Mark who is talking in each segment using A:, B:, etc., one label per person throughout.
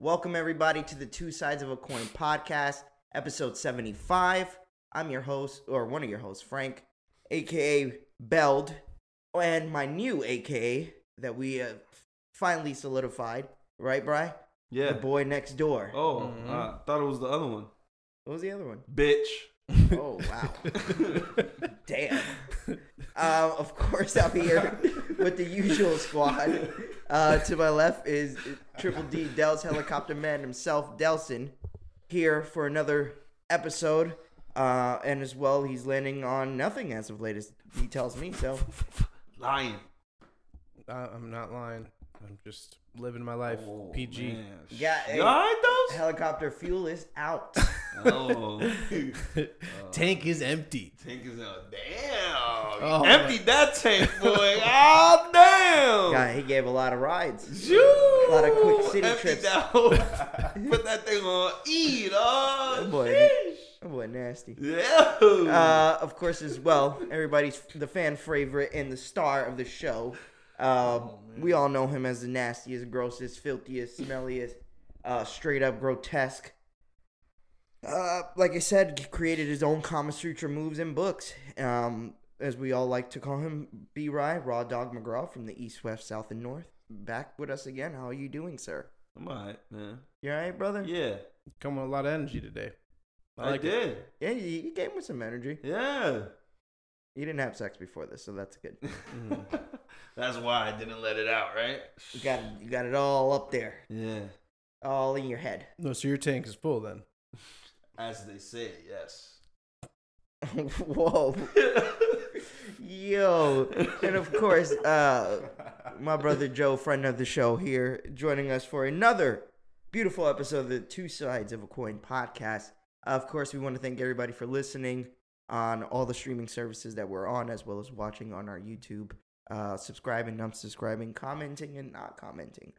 A: Welcome, everybody, to the Two Sides of a Coin podcast, episode 75. I'm your host, or one of your hosts, Frank, aka Beld, and my new aka that we have finally solidified, right, Bry?
B: Yeah.
A: The boy next door.
B: Oh,
C: Mhm.
B: I thought it was the other one.
A: What was the other one?
B: Bitch.
A: Oh, wow. Damn. Um, of course, I'm here with the usual squad. Uh, to my left is Triple D Dells Helicopter Man himself, Delson, here for another episode. Uh, and as well, he's landing on nothing as of latest. He tells me so.
B: Lying.
C: I, I'm not lying. I'm just living my life.
B: Oh,
C: PG.
B: man.
A: Yeah, hey.
B: You alright, those?
A: Helicopter fuel is out.
B: Oh.
C: Tank is empty.
B: Tank is out. Damn.
C: Oh,
B: Empty that tank, boy. oh, damn.
A: Yeah, he gave a lot of rides.
B: Shoo.
A: A lot of quick city
B: Empty
A: trips.
B: That whole, put that thing on E, dog.
A: That boy-
B: Sheesh.
A: That boy nasty.
B: Yeah.
A: Uh, of course, as well, everybody's the fan favorite and the star of the show. Uh, we all know him as the nastiest, grossest, filthiest, smelliest, uh, straight up grotesque. Uh, like I said, he created his own Kama Sutra moves and books. Um, as we all like to call him, B. Rye, Raw Dog McGraw from the East, West, South, and North. Back with us again. How are you doing, sir?
B: I'm alright, man.
A: You all right, brother?
B: Yeah.
C: Come with a lot of energy today.
B: I,
C: like it.
B: did.
A: Yeah, you, you came with some energy.
B: Yeah.
A: You didn't have sex before this, so that's good. Mm-hmm.
B: That's why I didn't let it out, right?
A: You got you got it all up there.
B: Yeah.
A: all in your head.
C: No, so your tank is full then.
B: As they say, yes.
A: Whoa, yo, and of course, uh, my brother Joe, friend of the show, here joining us for another beautiful episode of the Two Sides of a Coin podcast. Of course, we want to thank everybody for listening on all the streaming services that we're on, as well as watching on our YouTube, uh, subscribing, unsubscribing, commenting, and not commenting.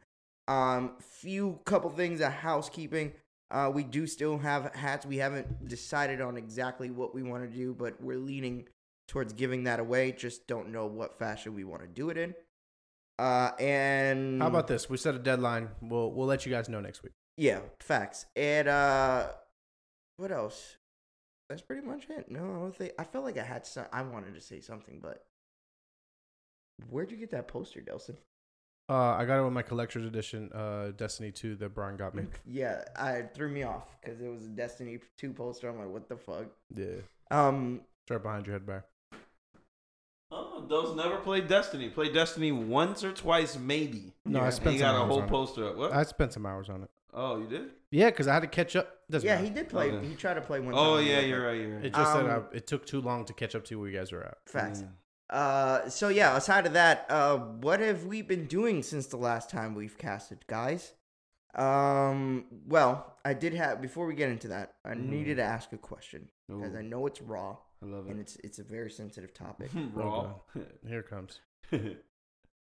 A: Um, few couple things of housekeeping. Uh, we do still have hats. We haven't decided on exactly what we want to do, but we're leaning towards giving that away. Just don't know what fashion we want to do it in. Uh, and
C: How
B: Mm.
C: about this? We set a deadline. We'll we'll let you guys know next week.
A: yeah, facts. And uh, what else? That's pretty much it. No, I don't think I felt like I had some. I wanted to say something, but where'd you get that poster, Delson?
C: Uh, I got it with my collector's edition, uh, Destiny 2 that Brian got
B: Mm.
C: me.
A: Yeah, I it threw me off because it was a Destiny Two poster. I'm like, what the fuck?
C: Yeah.
A: Um,
C: It's right behind your head, Brian.
B: Oh, those never played Destiny. Played Destiny once or twice, maybe.
A: Yeah,
C: No, I
A: he
B: And
C: spent
B: you
C: some
B: got a
C: hours
B: whole
C: on it.
B: poster up. What?
C: I spent some hours on it.
B: oh, you did?
C: Yeah, because I had to catch up. Doesn't
A: yeah,
C: matter.
A: he did play.
B: Okay.
A: He tried to play one.
B: Oh,
A: time,
B: yeah,
A: but-
B: you're right. You're right.
C: It just said I,
A: Um,
C: it took too long to catch up to where you guys were at.
A: Facts.
B: Yeah.
A: Uh, so yeah, aside of that, uh, what have we been doing since the last time we've casted, guys? Um, well, I did have before we get into that, I
B: Mhm.
A: needed to ask a question because
B: Ooh,
A: I know it's raw
B: I love
A: and
B: it.
A: it's it's a very sensitive topic.
B: Raw.
C: Here it comes.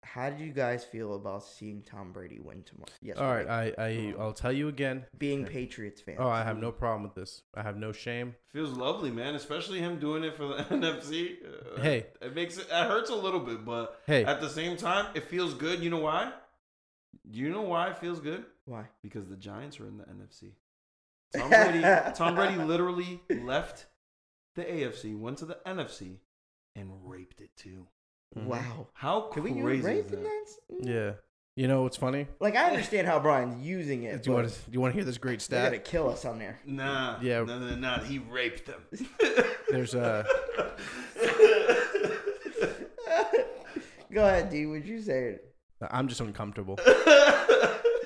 A: How did you guys feel about seeing Tom Brady win tomorrow? Yes.
C: All right, I, I I'll tell you again.
A: being Patriots fans.
C: Oh, I have no problem with this. I have no shame.
B: Feels lovely, man. Especially him doing it for the NFC. Uh,
C: Hey.
B: it makes it. It hurts a little bit, but
C: Hey.
B: at the same time, it feels good. You know why? Do you know why it feels good?
A: Why?
B: Because the Giants are in the NFC. Tom Brady, Tom Brady literally left the AFC, went to the NFC, and raped it too.
C: Mhm.
A: Wow.
B: How
A: Can we
B: crazy
A: use rape
B: is
A: in
B: that?
A: that?
C: Yeah. You know what's funny?
A: Like I understand how Brian's using it.
C: Do you
A: but
C: want to do you want to hear this great
A: they're
C: stat?
A: gonna kill us on there.
B: Nah.
C: Yeah.
B: No, no, no. He raped them.
C: There's uh
A: Go ahead, D. Would you say it?
C: I'm just uncomfortable.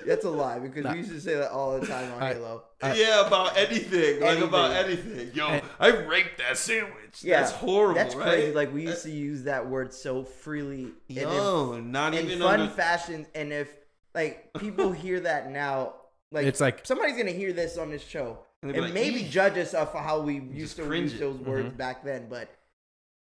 A: That's a lie because
C: Nah.
A: we used to say that all the time on
C: I-
A: Halo.
C: I-
B: yeah, about anything. Like about anything. Yo,
C: And-
B: I raped that sandwich.
A: Yeah,
B: that's horrible.
A: That's
B: right?
A: crazy. Like we used to use that word so freely and
B: Yo, not
A: in, in
B: even
A: fun
B: under-
A: fashions. And if like people hear that now, like
C: It's like-
A: somebody's gonna hear this on this show
B: And
A: and,
B: they'll be like,
A: maybe
B: "Eek."
A: judge us off how we used to
B: cringe
A: use
B: it.
A: those words back then, but.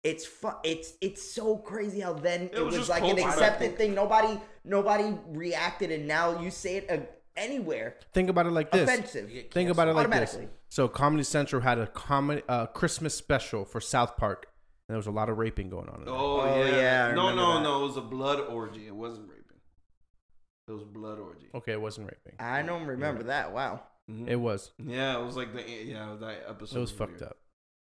A: It's fu- It's it's so crazy how then it,
B: was
A: was,
B: just
A: like an
B: culture back
A: accepted
B: then.
A: thing. Nobody nobody reacted, and now you say it uh, anywhere.
C: Think about it like this.
A: Offensive.
C: Think about it like this.
A: Automatically.
C: So Comedy Central had a comedy uh, Christmas special for South Park, and there was a lot of raping going on. In there.
B: Oh,
A: Oh,
B: yeah.
A: yeah, I
B: no,
A: remember
B: no,
A: that.
B: no. It was a blood orgy. It wasn't raping. It was blood orgy.
C: Okay, it wasn't raping.
A: I don't remember that. Wow.
B: Mhm.
C: Oh, It was.
B: yeah, it was like the eh, yeah that episode.
C: It was
B: weird.
C: fucked up.
B: Mm-hmm.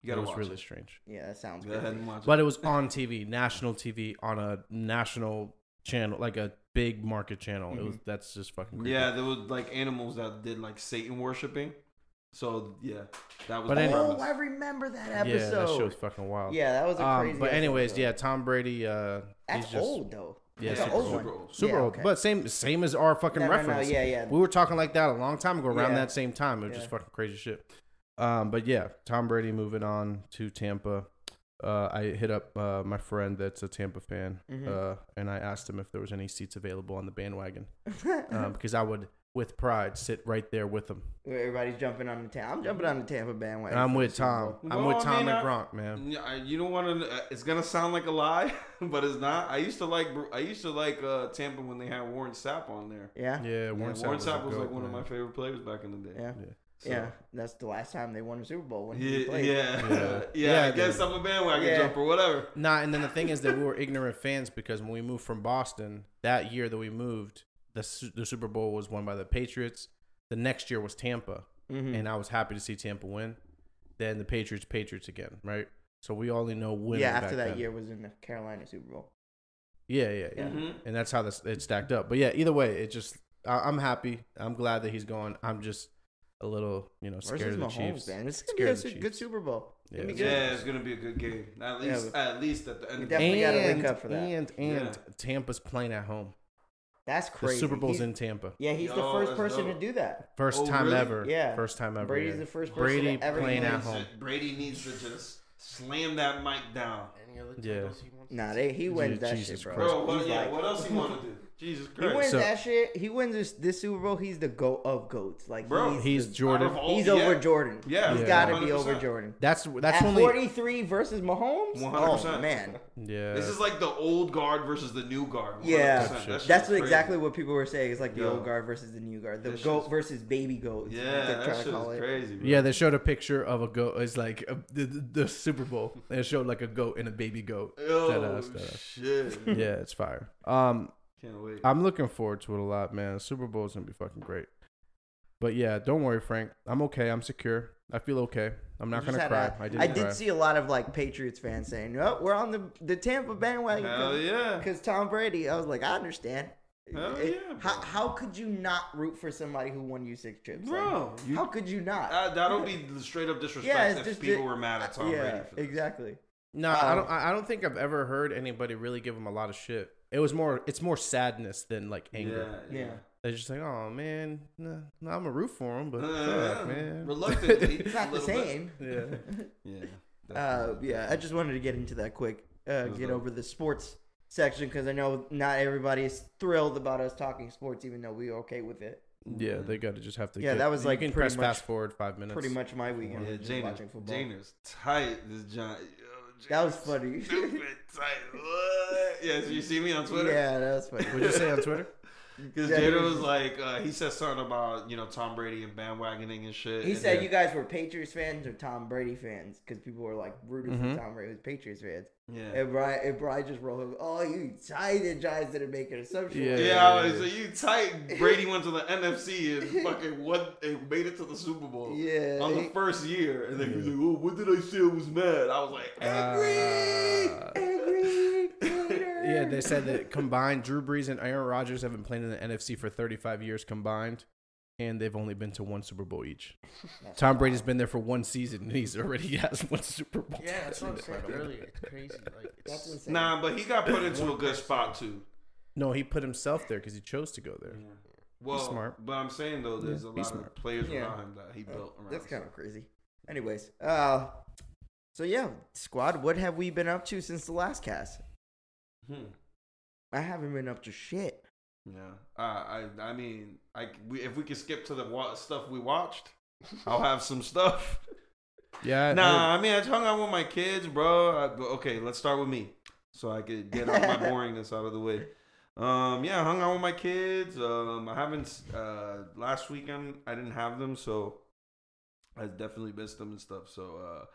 B: You gotta
C: it was
B: watch
C: really
B: it.
C: strange.
A: Yeah, that sounds
B: Go ahead
A: good.
B: and watch
C: But
B: it.
C: it was on TV, national TV, on a national channel, like a big market channel. It was that's just fucking. Creepy.
B: Mm-hmm. yeah, there was like animals that did like Satan worshiping. So yeah, that was.
C: But
B: the
C: anyway-
A: Oh,
B: premise.
A: I remember that
C: yeah, that show was
A: episode.
C: fucking wild.
A: Yeah, that was a
C: Um,
A: crazy.
C: but
A: episode,
C: anyways,
A: though.
C: yeah, Tom Brady. Uh,
A: that's
C: he's just
A: old though.
C: Yeah,
A: That's an
C: super
A: old one.
C: old.
B: Super old.
C: Super
A: Yeah,
C: old,
A: okay.
C: but same same as our fucking
A: No, no, no,
C: reference.
A: yeah, yeah.
C: We were talking like that a long time ago, around
A: Yeah.
C: that same time. It was
A: Yeah.
C: just fucking crazy shit. Um, but yeah, Tom Brady moving on to Tampa. Uh, I hit up uh, my friend that's a Tampa fan,
A: Mhm.
C: uh, and I asked him if there was any seats available on the bandwagon um, because I would, with pride, sit right there with him.
A: Everybody's jumping on the Tampa. I'm jumping on the Tampa bandwagon.
C: And I'm with
A: for the Super
C: Tom.
A: Bowl.
B: Bowl.
C: I'm
B: Well,
C: with
B: I
C: Tom
B: mean,
C: and
B: I-
C: Gronk, man.
B: Yeah, I- you don't want to. It's gonna sound like a lie, but it's not. I used to like. I used to like uh, Tampa when they had Warren Sapp on there.
A: Yeah,
C: Yeah,
B: Yeah,
C: Warren
B: Warren,
C: Sapp
B: Sapp,
C: a
B: was,
C: goat,
B: like one of my
C: man.
B: favorite players back in the day.
A: yeah,
C: Yeah.
B: So-
A: yeah. That's the last time they won a Super Bowl when he
B: Yeah, yeah,
A: played.
B: yeah.
C: Yeah,
B: I
C: dude.
B: guess I'm a bandwagon
A: Yeah.
B: jumper, whatever.
C: Nah, and then the thing is that we were ignorant fans because when we moved from Boston, that year that we moved, the Su- the Super Bowl was won by the Patriots. The next year was Tampa,
A: Mhm.
C: and I was happy to see Tampa win. Then the Patriots, Patriots again, right? So we only know
A: Yeah,
C: when.
A: after that year was in the Carolina Super Bowl.
C: Yeah, yeah, yeah.
B: Mhm.
C: And that's how this it stacked up. But yeah, either way, it just I, I'm happy. I'm glad that he's gone. I'm just a little, you know, scared
A: Versus
C: of the
A: Mahomes,
C: Chiefs.
A: man. It's gonna
C: Scared of
A: be
C: the
A: a su- good
C: Chiefs.
A: Super Bowl. It's gonna be
C: Yeah.
A: good.
B: Yeah, it's gonna be a good game. At
A: Yeah,
B: least, at least at the end.
A: We
B: of the
A: definitely
B: day.
A: gotta link
C: And-
A: up for that.
C: And and
B: Yeah.
C: Tampa's playing at home.
A: That's crazy.
C: The Super Bowl's
A: He's-
C: in Tampa.
A: Yeah, he's the
B: Yo,
A: first
B: that's
A: person
B: dope.
A: to do that.
C: First
B: Oh,
C: time
B: really?
C: ever.
A: Yeah.
C: First time ever.
A: Brady's
C: yeah.
A: the first person
C: Brady
A: to ever
C: playing
A: do
C: at
A: this.
C: home.
B: Brady needs to just slam that mic down.
C: Yeah.
A: Nah, they, he wins that
C: Jesus
A: shit, bro.
C: Christ.
B: Bro, what,
A: He's
B: yeah,
A: like-
B: what else he want to do? Jesus
A: He
B: Christ.
A: wins
C: So-
A: that shit. He wins this, this Super Bowl. He's the goat of goats. Like
B: Bro,
A: he's
C: He's
A: the-
C: Jordan.
B: Out of all-
A: he's
B: yeah.
A: over Jordan.
B: Yeah,
A: he's
C: Yeah.
A: got to be
B: 100%.
A: over Jordan.
C: That's that's
A: At
C: only
A: 43 versus Mahomes.
B: 100%.
A: Oh man,
C: yeah.
B: This is like the old guard versus the new guard. 100%.
A: yeah,
B: That shit's
A: that's what
B: crazy.
A: exactly what people were saying. It's like the
B: Yo.
A: old guard versus the new guard, the
B: That
A: goat
B: shit's-
A: versus baby goat. is what
B: Yeah,
A: they're trying
B: that
A: to
B: shit
A: call
B: is
A: it.
B: crazy. Bro.
C: yeah, they showed a picture of a goat. It's like uh the, the, the Super Bowl. They showed like a goat and a baby goat. Dead
B: Oh
C: ass, dead ass.
B: shit!
C: Yeah, it's fire. Um,
B: Can't wait.
C: I'm looking forward to it a lot, man. Super Bowl's gonna be fucking great. But yeah, don't worry, Frank. I'm okay. I'm secure. I feel okay. I'm not
A: You
C: gonna
A: just
C: cry.
A: had a-
C: I didn't
A: I
C: cry.
A: did see a lot of like Patriots fans saying, "Oh, we're on the the Tampa bandwagon."
B: Hell yeah!
A: Because Tom Brady, I was like, I understand.
B: Hell
A: It-
B: yeah,
A: how,
B: bro.
A: how could you not root for somebody who won you six chips? Like,
B: Bro, you-
A: how could you not?
B: That, that'll be straight up disrespect
A: Yeah, it's
B: if
A: just-
B: people were mad at Tom
A: yeah,
B: Brady. For this.
A: exactly.
C: No, I don't. I I don't think I've ever heard anybody really give him a lot of shit. It was more. It's more sadness than like anger.
B: Yeah, yeah.
A: Yeah.
C: They're just like, oh man, nah, nah, I'm a root for him, but
B: Uh,
C: fuck, man.
B: Reluctantly,
A: It's not
B: a
A: the
B: little bit.
A: same.
C: yeah.
B: Yeah.
A: Uh,
B: definitely.
A: yeah, I just wanted to get into that quick. Uh,
B: was
A: get
B: dope.
A: over the sports section because I know not everybody is thrilled about us talking sports, even though we are okay with it.
C: Yeah, they gotta just have to.
A: Yeah,
C: get-
A: that was, like,
C: you can
A: pretty
C: press
A: much-
C: fast forward five minutes.
A: Pretty much my weekend
B: Yeah,
A: was just
B: Jana,
A: watching football.
B: Jana's tight. This John. Yo,
A: That was
B: Jana's
A: funny.
B: Stupid tight. What? Yes, you see me on Twitter.
A: Yeah, that was funny.
C: What'd you say on Twitter?
B: Because
A: Yeah,
B: Jada
A: he
B: was
A: was-
B: like, uh, he said something about you know Tom Brady and bandwagoning and shit.
A: He
B: and
A: said
B: then-
A: you guys were Patriots fans or Tom Brady fans because people were like rooting
C: Mhm.
B: Mm-hmm.
A: for Tom Brady was Patriots fans.
B: yeah.
A: And Brian, and Brian just rolled over. Oh, you tight Giants didn't make an assumption.
C: Yeah.
B: Yeah, I was like, you tight. Brady went to the NFC and fucking won and made it to the Super Bowl.
A: Yeah.
B: On the first year, and then he was like, "Oh, what did I say? I was mad." I was like, "Angry."
C: Uh,
A: Angry hater.
C: yeah, they said that combined, Drew Brees and Aaron Rodgers have been playing in the NFC for 35 years combined, and they've only been to one Super Bowl each.
A: That's
C: Tom Brady's been there for one season, and he's already has one Super Bowl.
D: Yeah, that's what I said earlier. It's crazy. Like,
A: That's
D: it's,
A: insane.
B: Nah, but he got put into a good spot too.
C: No, he put himself there because he chose to go there.
B: Well,
C: smart.
B: but I'm saying though, there's
C: Yeah,
B: a
C: he's
B: lot
C: smart.
B: of players
A: Yeah.
B: around him that he built around.
A: That's kind of crazy. Anyways, uh, so yeah, squad. What have we been up to since the last cast?
B: Hmm.
A: I haven't been up to shit.
B: Yeah, uh, I I mean, I c- we, if we could skip to the wa- stuff we watched, I'll have some stuff.
C: Yeah. I-
B: Nah, I mean, I just hung out with my kids, bro. I, but okay, let's start with me, so I could get all my boringness out of the way. Um, yeah, I hung out with my kids. Um, I haven't s- uh last weekend. I didn't have them, so I definitely missed them and stuff. So uh,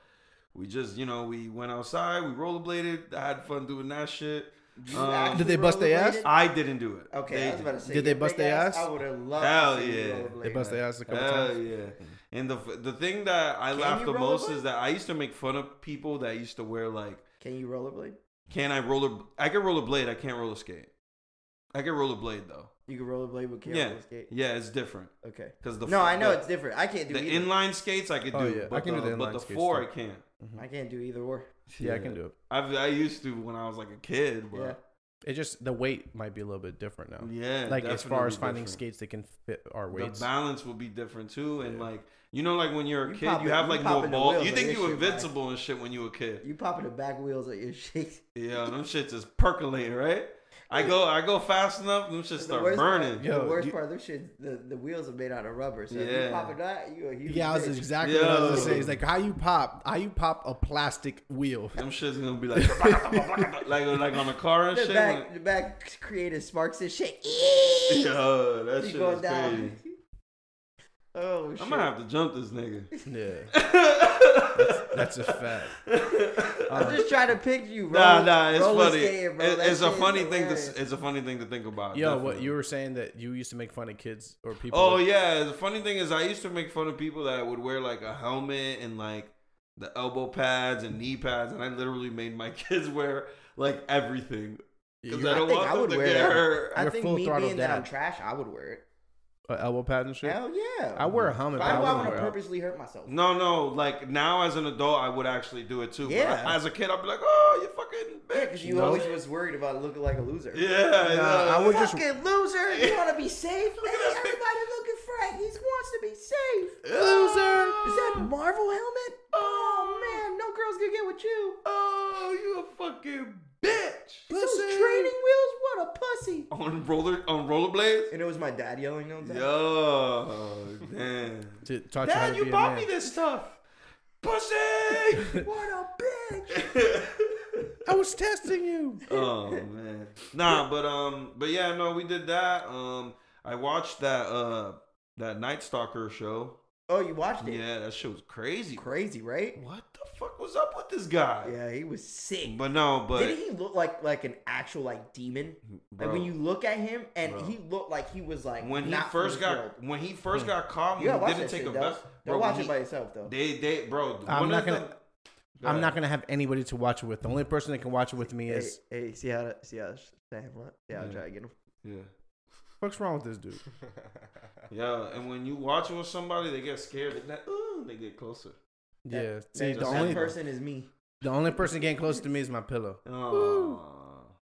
B: we just you know we went outside, we rollerbladed. I had fun doing that shit.
A: You
B: Um,
A: actually
C: Did they bust their ass?
A: rollerbladed?
B: I didn't do it.
A: Okay,
B: They
A: I was about to say.
C: Did they
A: your
C: bust
A: big
C: their ass?
A: I would have loved.
B: Hell
A: to see you
B: yeah.
A: rollerblade
C: They bust
A: that.
C: their ass a couple
B: Hell
C: times.
B: yeah!
A: Mm-hmm.
B: And the the thing that I
A: Can
B: laugh
A: you
B: the
A: roll a
B: most
A: bike?
B: is that I used to make fun of people that used to wear like,
A: Can you rollerblade?
B: can I roller? I can roller blade. I can't roller skate. I can roller blade though.
A: You can rollerblade with can't
B: yeah,
A: roller skate.
B: yeah, it's different
A: Okay.
B: because the
A: no, I know
B: the,
A: it's different. I can't do
B: the
A: either.
B: inline skates I could do,
C: Oh, yeah.
B: but
C: I can
B: the,
C: do the
B: but
C: inline
B: the
C: skates,
B: four
C: too.
B: I can't.
A: I can't do either or.
C: Yeah, I can do it.
B: I've, I used to when I was like a kid,
A: Yeah.
B: but
C: It just the weight might be a little bit different now.
B: yeah,
C: like as far
B: definitely
C: as finding
B: different.
C: skates that can fit our weights.
B: the balance will be different too, and
C: Yeah.
B: like you know, like when you're a
A: You
B: kid,
A: pop
B: you
A: it-
B: have
A: you
B: like
A: pop
B: more
A: in the
B: ball.
A: wheels,
B: You
A: like,
B: think
A: this
B: you
A: shit back.
B: invincible and shit when you were a kid.
A: You popping the back wheels at your shit.
B: Yeah, them shits is percolating, right? I go, I go fast enough, them shits
A: The
B: start
A: worst part-
B: burning.
C: Yo,
A: the worst
C: you-
A: part of them shit, the, the wheels are made out of rubber. So if
B: Yeah.
A: you pop it out, you a huge
C: yeah, I was
A: bitch.
C: exactly what I was
B: Yo.
C: gonna say. It's like how you pop, how you pop a plastic wheel.
B: Them shits gonna be like, like, like on a car and
A: The
B: shit.
A: back, the back created sparks and shit. Eeeeee.
B: Yo, that
A: You
B: shit
A: going
B: is
A: down.
B: crazy.
A: Oh shit!
B: I'm gonna have to jump this nigga.
C: Yeah, that's a fact.
A: I'm just trying to picture you. Roll,
B: Nah, nah, it's
A: roller
B: funny.
A: skating, bro.
B: It-
A: That
B: it's a
A: shit is
B: funny thing. To,
A: hilarious.
B: s- it's a funny thing to think about.
C: Yo, what
B: definitely.
C: you were saying that you used to make fun of kids or people.
B: Oh yeah, the funny thing is I used to make fun of people that would wear like a helmet and like the elbow pads and knee pads, and I literally made my kids wear like everything because
C: You-
B: I
A: I
B: don't
A: think
B: want
A: I would
B: them to
A: wear
B: get
A: that.
B: hurt.
A: I
C: You're
A: think
C: full
A: me
C: throttle
A: being that I'm
C: dad.
A: trash, I would wear it.
C: uh, elbow pads and shit.
A: Hell yeah!
C: I wear a helmet.
A: If
C: but I
A: I
C: wouldn't
A: want to
C: wear it.
A: purposely hurt myself.
B: No, no, like now as an adult, I would actually do it too. Yeah.
A: Yeah.
B: as a kid, I'd be like, "Oh, you fucking
A: Yeah,
B: bitch."
A: because you
C: No.
A: always was worried about looking like a loser.
B: Yeah, yeah.
C: I would just-
A: Fucking loser! You want to be safe?
B: Look at
A: Hey,
B: that big-
A: everybody look at Frank. He wants to be safe.
B: loser.
A: Is that Marvel helmet? Oh man, no girl's gonna get with you.
B: Oh, you a fucking bitch.
A: Those training wheels, what a pussy.
B: on roller on rollerblades.
A: And it was my dad yelling those. Yeah.
B: Yo, damn.
C: To taught you how to
B: Dad,
C: be
B: you
C: a
B: bought
C: man.
B: me this stuff. Pussy.
A: What a bitch.
C: I was testing you.
B: oh man. Nah, but um, but yeah, no, we did that. Um, I watched that uh that Night Stalker show.
A: Oh, you watched it?
B: Yeah, that shit was crazy.
A: Crazy, right?
B: What the fuck was up with this guy?
A: Yeah, he was sick.
B: But no, but
A: Didn't he look like like an actual like demon?
B: bro,
A: Like when you look at him, and
B: Bro.
A: he looked like he was like
B: when he
A: not from
B: first
A: this
B: got
A: world.
B: when he first got caught,
A: You
B: when
A: gotta
B: he
A: watch
B: didn't
A: that
B: take
A: shit,
B: a
A: though.
B: vest.
A: Don't
B: bro,
A: watch
B: when
A: it
B: he-
A: by yourself though.
B: They they bro.
C: I'm
B: one
C: not
B: of the-
C: gonna-
B: Go
C: I'm
B: ahead.
C: not gonna have anybody to watch it with. The only person that can watch it with me
A: Hey,
C: is.
A: hey, see how to, see how to Sam what? Yeah, I'll
B: Yeah.
A: try to get him.
B: Yeah.
C: What's wrong with this dude?
B: Yeah, and when you watch it with somebody, they get scared. They like, ooh, they get closer.
A: That-
C: Yeah.
A: that-
C: See,
A: that,
C: the only
A: person is me.
C: the only person getting close to me is my pillow.
B: Oh,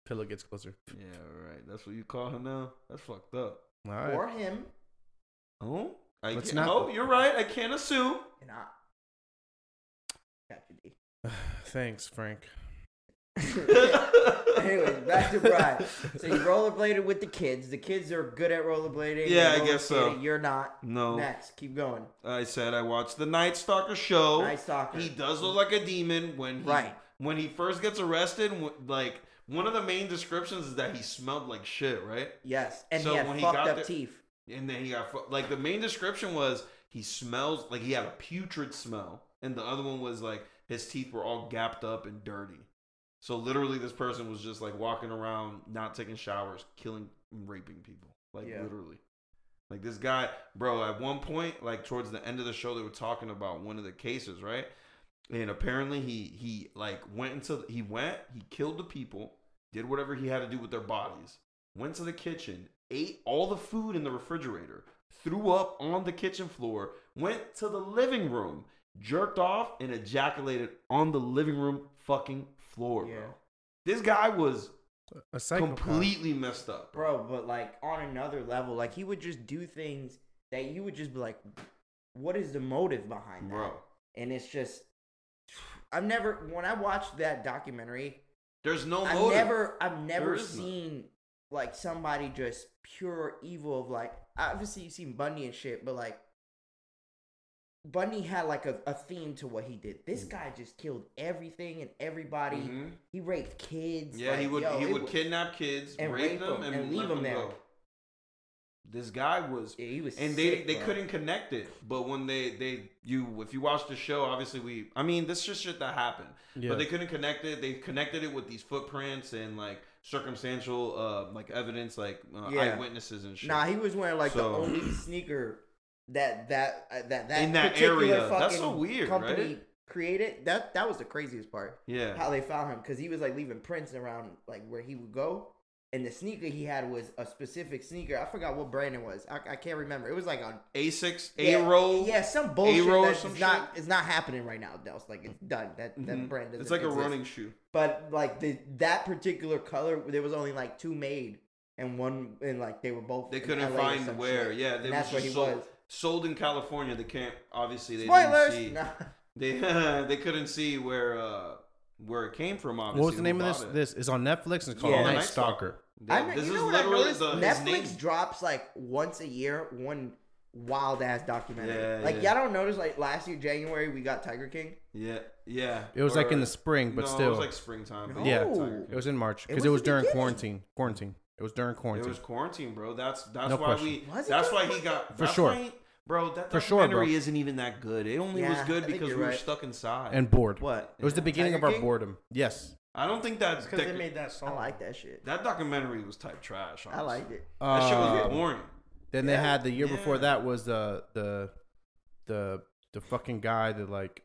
C: Pillow gets closer.
B: yeah, right. That's what you call her now. That's fucked up.
C: All right.
A: Or him.
B: Oh, I
C: Let's
B: can't.
C: not-
B: Oh, you're right. I can't assume.
A: And I got you, D.
C: Thanks, Frank.
A: Anyways, back to Brian. So you rollerbladed with the kids. The kids are good at rollerblading.
B: Yeah,
A: They're
B: I guess so. Oh.
A: rollerskating. You're not.
B: No,
A: Next, keep going.
B: I said I watched the Night Stalker show.
A: Night Stalker.
B: Oh, He does look like a demon when he,
A: Right.
B: when he first gets arrested. wh- Like one of the main descriptions is that he smelled like shit, right?
A: Yes, and
B: So
A: he had
B: when he
A: fucked
B: got
A: up
B: there-
A: teeth.
B: And then he got fu- like the main description was he smells like he had a putrid smell, and the other one was like his teeth were all gapped up and dirty. So literally, this person was just like walking around, not taking showers, killing and raping people. Like
A: Yeah.
B: literally, like this guy, bro. At one point, like towards the end of the show, they were talking about one of the cases, right? And apparently, he he like went into he went he killed the people, did whatever he had to do with their bodies, went to the kitchen, ate all the food in the refrigerator, threw up on the kitchen floor, went to the living room, jerked off, and ejaculated on the living room fucking floor,
A: Yeah.
B: bro. This guy was
C: A psychopath.
B: completely messed up.
A: Bro, but like on another level, like he would just do things that you would just be like, what is the motive behind that?
B: Bro,
A: And it's just, I've never, when I watched that documentary,
B: there's no
A: I've
B: motive.
A: never, I've never
B: is none.
A: seen like somebody just pure evil of like. Obviously, you've seen Bundy and shit, but like, Bundy had like a, a theme to what he did.
B: Mm.
A: This guy just killed everything and everybody.
B: Mhm.
A: He raped kids.
B: Yeah, he
A: like,
B: would
A: yo,
B: he
A: it
B: would
A: was-
B: kidnap kids,
A: and
B: rape
A: rape
B: them,
A: 'em
B: and,
A: and
B: leave
A: leave
B: them
A: 'em there.
B: go. This guy was
A: Yeah, he was
B: and they
A: sick,
B: they
A: bro.
B: couldn't connect it. But when they they you if you watch the show, obviously we I mean this is just shit that happened.
C: Yeah.
B: But they couldn't connect it. They connected it with these footprints and like circumstantial uh like evidence like uh,
A: Yeah.
B: eyewitnesses and shit.
A: Nah, he was wearing like the
B: So-
A: only sneaker that that uh, that that
B: In that
A: particular
B: area.
A: Fucking
B: That's so weird,
A: company
B: right?
A: Created that that was the craziest part.
B: yeah.
A: How they found him because he was like leaving prints around like where he would go, and the sneaker he had was a specific sneaker. I forgot what brand it was. I, I can't remember. It was like a
B: A6
A: yeah,
B: A-roll.
A: Yeah, some bullshit
B: A-roll or
A: that's
B: some
A: not it's not happening right now. Dels like it's done. That that
B: Mhm.
A: brand doesn't
B: It's like a
A: exist.
B: running shoe.
A: But like the that particular color, there was only like two made, and one and like they were both.
B: They
A: in
B: couldn't
A: LA or
B: find
A: some
B: where.
A: shit.
B: Yeah,
A: And
B: they was
A: that's where
B: just
A: he
B: sold,
A: was.
B: sold in California. They can't obviously they
A: Spoilers.
B: didn't see
A: Nah.
B: they they couldn't see where uh where it came from. Obviously,
C: What was the
B: who
C: name of this?
B: bought it.
C: This is on Netflix. And it's called
A: Yeah.
C: Night
B: Night
C: Stalker.
B: They-
A: I mean,
B: this
A: you
B: is
A: know what I
B: literally
A: noticed?
B: the his name.
A: Netflix drops like once a year one wild ass documentary.
B: Yeah,
A: like
B: yeah.
A: y'all don't notice like last year January we got Tiger King.
B: Yeah, yeah.
C: It was like in
B: Or-
C: the spring, but
B: no,
C: still,
B: it was like springtime. but
A: No. Yeah.
B: yeah, Tiger
C: it
B: King.
C: was in March because
A: was
C: it
A: the
C: was during
A: beginning.
C: quarantine. Quarantine. It was during
B: It
C: quarantine.
B: was quarantine, bro. That's that's
C: No
B: why
C: question.
B: we.
A: Was it
B: that's
A: during
B: why he got
C: For
B: that's
C: sure.
B: why- bro. That
C: For sure, bro.
B: documentary isn't even that good. It only was
A: Yeah,
B: good
A: I think
B: because we
A: you're
B: were
A: right.
B: stuck inside.
C: and bored.
A: What?
C: It was the beginning
A: Tiger
C: of our
A: King?
C: boredom. Yes.
B: I don't think that
D: It's because they
B: docu-
D: made that song.
A: I like that shit.
B: that documentary was type trash.
A: I
B: Honestly.
A: liked it.
B: That shit was
C: Um,
B: boring.
C: Then they
A: Yeah.
C: had the year before
B: Yeah.
C: that was the the the the fucking guy that like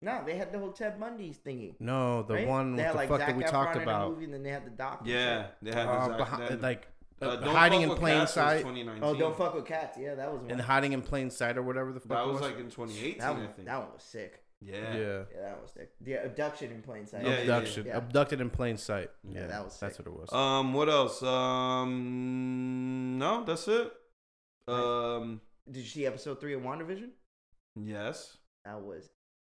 A: No, they had the whole Ted Bundy thingy.
C: no the
A: right?
C: one
A: They
C: with
A: had,
C: the
A: like,
C: fuck
A: Zac
C: that we
A: Efron
C: talked
A: in the
C: about
A: movie, and then they had the doc. and Oh,
B: Yeah,
A: shit.
B: they had
C: uh,
B: the Zac-
C: behi-
B: that-
C: like
B: uh,
C: uh,
B: Don't Fuck
C: hiding in
B: With
C: plain
B: Cats was
C: sight
B: 2019.
A: Oh, don't fuck with cats. Yeah, that was one.
C: and hiding in plain sight or whatever the fuck
B: That
C: it
B: was like in 2018,
A: that
B: I
A: one,
B: think.
A: that one was sick.
B: yeah.
C: yeah.
A: Yeah, that was sick. The abduction in plain sight.
B: Yeah, yeah, yeah.
C: abduction
A: Yeah.
C: abducted in plain sight yeah,
A: that was
C: that's
A: sick.
C: what it was
B: Um, what else? Um, no, that's it. Um,
A: Did you see episode three of WandaVision?
B: yes.
A: That was.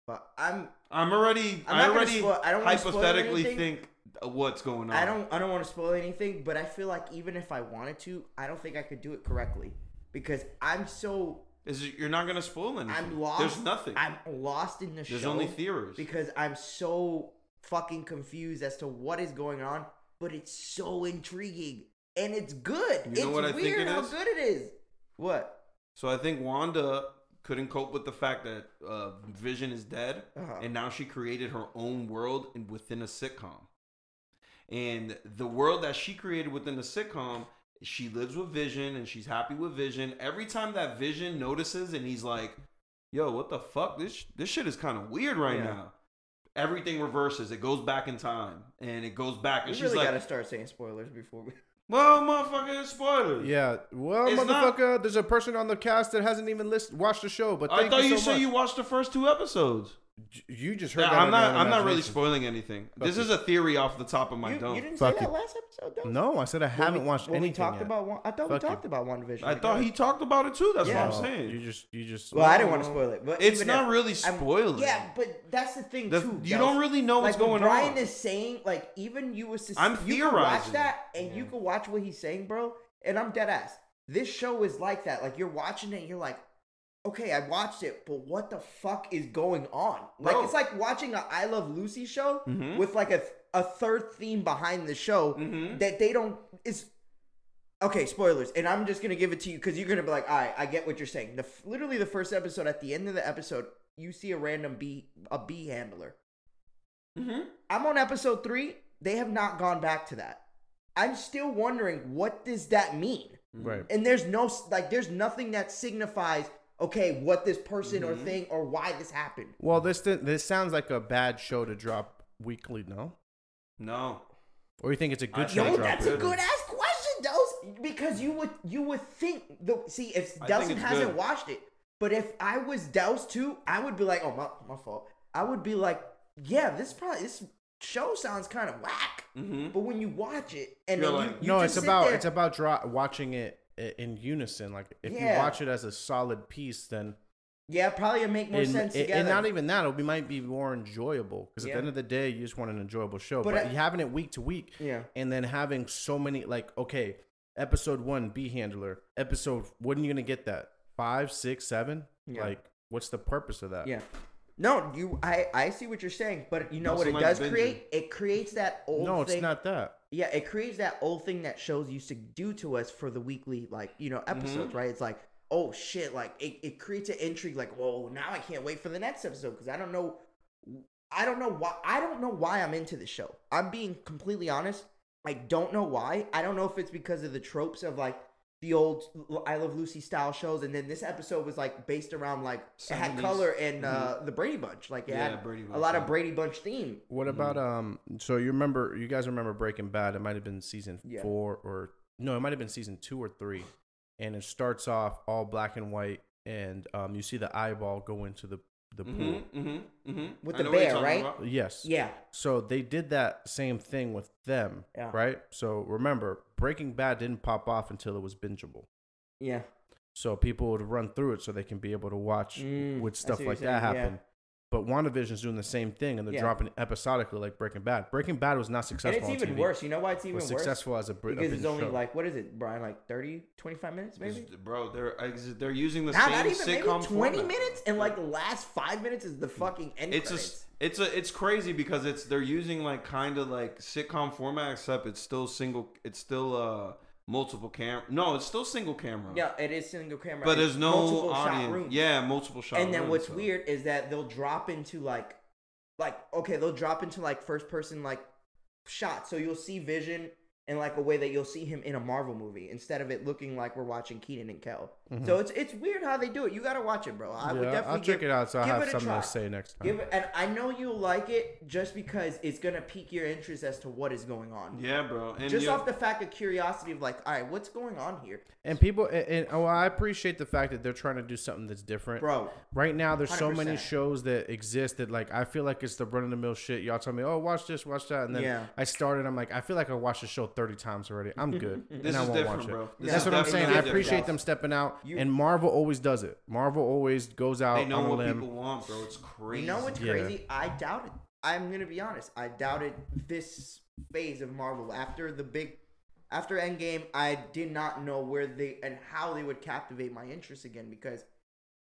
A: But I'm.
B: I'm already.
A: I'm
B: i
A: not gonna
B: already
A: spoil- I don't wanna spoil
B: hypothetically
A: anything.
B: think what's going on.
A: I don't. I don't want to spoil anything, but I feel like even if I wanted to, I don't think I could do it correctly because I'm so.
B: Is it, you're not gonna spoil anything.
A: I'm lost.
B: There's nothing.
A: I'm lost in the show.
B: There's only theories.
A: because I'm so fucking confused as to what is going on, but it's so intriguing and it's good.
B: You know
A: it's
B: what I
A: weird
B: think it
A: how
B: is?
A: good it is. What?
B: so I think Wanda couldn't cope with the fact that uh, Vision is dead,
A: Uh-huh.
B: and now she created her own world in, within a sitcom. And the world that she created within the sitcom, she lives with Vision, and she's happy with Vision. Every time that Vision notices, and he's like, "Yo, what the fuck? This this shit is kind of weird right
A: Yeah.
B: now." Everything reverses. It goes back in time, and it goes back, and
A: We
B: she's
A: really
B: like,
A: gotta start saying spoilers before we.
B: Well, motherfucker, it's spoilers.
C: yeah well
B: It's not-
C: motherfucker there's a person on the cast that hasn't even list, watched the show but
B: I
C: thank
B: thought you,
C: you so
B: said
C: much
B: you watched the first two episodes.
C: J- you just heard
B: Yeah,
C: that
B: I'm
C: on your
B: not.
C: own
B: I'm not really
C: imagination.
B: spoiling anything. This
C: Fuck
B: is a theory off the top of my
A: you,
B: dome.
A: you didn't
C: Fuck
A: say that
C: it.
A: last episode, though.
C: no I said I
A: When we-
C: haven't watched
A: when
C: anything
A: we talked
C: yet.
A: about one. I thought
C: Fuck it.
A: we talked about WandaVision.
B: I thought he talked about it too. That's
A: Yeah.
B: what I'm
C: Oh,
B: saying.
C: you just you just
A: Well, I didn't want to spoil it, but
B: it's
A: even
B: not
A: if-
B: really
A: I'm-
B: spoiling.
A: Yeah, but that's the thing
B: The-
A: too.
B: you
A: Dels.
B: don't really know what's
A: like what
B: going
A: Brian
B: on.
A: is saying, like even you was
B: I'm
A: you can watch
B: theorizing.
A: that and you can watch what he's saying, bro. And I'm dead ass. This show is like that. Like you're watching it, and you're like, okay, I watched it, but what the fuck is going on? Like
B: Bro.
A: it's like watching a I Love Lucy show
B: Mhm.
A: with like a a third theme behind the show
B: Mhm.
A: that they don't is. Okay, spoilers, and I'm just gonna give it to you because you're gonna be like, "All right, I get what you're saying." The f- literally the first episode, at the end of the episode, you see a random bee, a bee handler,
B: hmm
A: I'm on episode three. They have not gone back to that. I'm still wondering what does that mean?
C: right
A: And there's no like, there's nothing that signifies okay what this person
B: Mm-hmm.
A: or thing or why this happened.
C: well this thi- this sounds like a bad show to drop weekly no
B: No.
C: or you think it's
B: I
C: a good
B: Don't
A: Yo,
C: show to
B: drop
A: that's
C: drop
A: a
C: it?
B: it.
A: good ass question, Dels, because you would you would think the see if
B: I think
A: Delson
B: it's
A: hasn't
B: good.
A: watched it, but if I was Dels too, I would be like, oh my my fault. I would be like, yeah, this probably this show sounds kind of whack.
B: hmm
A: But when you watch it and
B: You're
A: then
B: like-
A: you, you
C: no,
A: just
C: it's
A: sit
C: about
A: there-
C: it's about dra- watching it i- in unison. Like if you
A: Yeah.
C: watch it as a solid piece, then
A: Yeah, probably it'd make more
C: it,
A: sense
C: it-
A: together.
C: and not even that, it be, might be more enjoyable. Because at
A: Yeah.
C: the end of the day, you just want an enjoyable show. But,
A: But I-
C: having it week to week,
A: Yeah.
C: and then having so many like okay, episode one, bee handler. Episode, when are you gonna get that? Five, six, seven.
A: Yeah.
C: Like, what's the purpose of that?
A: Yeah. No, you. I I see what you're saying, but you know
B: No,
A: what it
B: somebody's
A: does create? It creates that old.
C: No,
A: thing.
C: it's not that.
A: Yeah, it creates that old thing that shows used to do to us for the weekly, like, you
B: Mm-hmm.
A: know, episodes, right? It's like, oh shit, like it, it creates an intrigue, like, whoa, now I can't wait for the next episode because I don't know I don't know why I don't know why I'm into the show. I'm being completely honest. I don't know why. I don't know if it's because of the tropes of like the old I Love Lucy style shows, and then this episode was like based around like it had
B: 70s.
A: color and uh, the Brady Bunch, like it
B: Mm-hmm. Yeah,
A: had
B: Brady
A: a
B: Bunch,
A: lot
B: yeah.
A: of Brady Bunch theme.
C: What about um? So you remember? You guys remember Breaking Bad? It might have been season
A: Yeah.
C: four or no, it might have been season two or three, and it starts off all black and white, and um, you see the eyeball go into the the pool.
B: Mm-hmm, mm-hmm, mm-hmm.
A: With
B: I
A: the
B: know what you're
A: bear,
B: talking
A: right?
B: about.
C: Yes.
A: Yeah,
C: So they did that same thing with them,
A: Yeah.
C: right? So remember, Breaking Bad didn't pop off until it was bingeable.
A: yeah.
C: So people would run through it so they can be able to watch
A: Mm,
C: would
A: I
C: stuff
A: see what
C: like
A: you're
C: that
A: saying, yeah.
C: happen. But WandaVision's doing the same thing, and they're
A: Yeah.
C: dropping it episodically like Breaking Bad. Breaking Bad was not
A: and
C: successful.
A: it's
C: on
A: even
C: TV.
A: worse. You know why it's even
C: was
A: worse?
C: successful as a Brit.
A: because it's only like what is it, Brian? Like 30, 25 minutes, maybe.
B: It's- Bro, they're ex- they're using the
A: Nah,
B: same
A: not even maybe
B: sitcom
A: twenty
B: format. Mm.
A: minutes, and like the last five minutes is the fucking end
B: It's a,
A: credits.
B: s- it's a, it's crazy because it's they're using like kind of like sitcom format except it's still single, it's still uh multiple cam. No, it's still single camera.
A: yeah, it is single camera,
B: but there's
A: It's
B: no
A: multiple
B: audience.
A: Shot rooms.
B: Yeah, multiple shot.
A: and then
B: rooms,
A: what's
B: so.
A: weird is that they'll drop into like, like okay, they'll drop into like first person like shot, so you'll see Vision in like a way that you'll see him in a Marvel movie instead of it looking like we're watching Keaton and Kel. So it's it's weird how they do it. You gotta watch it, bro. I would
C: Mm-hmm. yeah,
A: definitely
C: I'll check
A: give-
C: it out so I
A: give
C: have
A: it a
C: something
A: try.
C: to say next time.
A: Give it, and I know you'll like it just because it's gonna pique your interest as to what is going on.
B: Yeah, bro. And
A: just
B: you-
A: off the fact of curiosity of like, all right, what's going on here,
C: and people, and, and oh, I appreciate the fact that they're trying to do something that's different.
A: bro?
C: Right now, there's so many
A: 100%.
C: shows that exist that like I feel like it's the run of the mill shit. Y'all tell me, oh, watch this, watch that, and then
A: Yeah.
C: I started. I'm like, I feel like I watched the show 30 times already. I'm good,
B: This
C: and I
B: is
C: won't
B: different,
C: watch it.
B: bro. This is
C: That's what I'm saying. I
B: definitely
C: appreciate
B: different.
C: them stepping out,
A: You-
C: and Marvel always does it. Marvel always goes out
B: They know
C: on a
B: what
C: limb.
B: people want, bro. It's crazy.
A: You know what's
C: Yeah.
A: crazy? I doubted. I'm gonna be honest. I doubted this phase of Marvel after the big, after Endgame. I did not know where they and how they would captivate my interest again because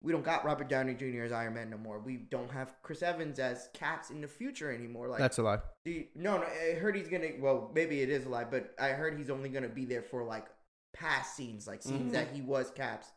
A: we don't got Robert Downey Jr. as Iron Man no more. We don't have Chris Evans as Caps in the future anymore. Like
C: That's a lie.
A: Do you- no, no, I heard he's gonna. Well, maybe it is a lie, but I heard he's only gonna be there for like past scenes, like scenes
B: Mhm.
A: that he was caps.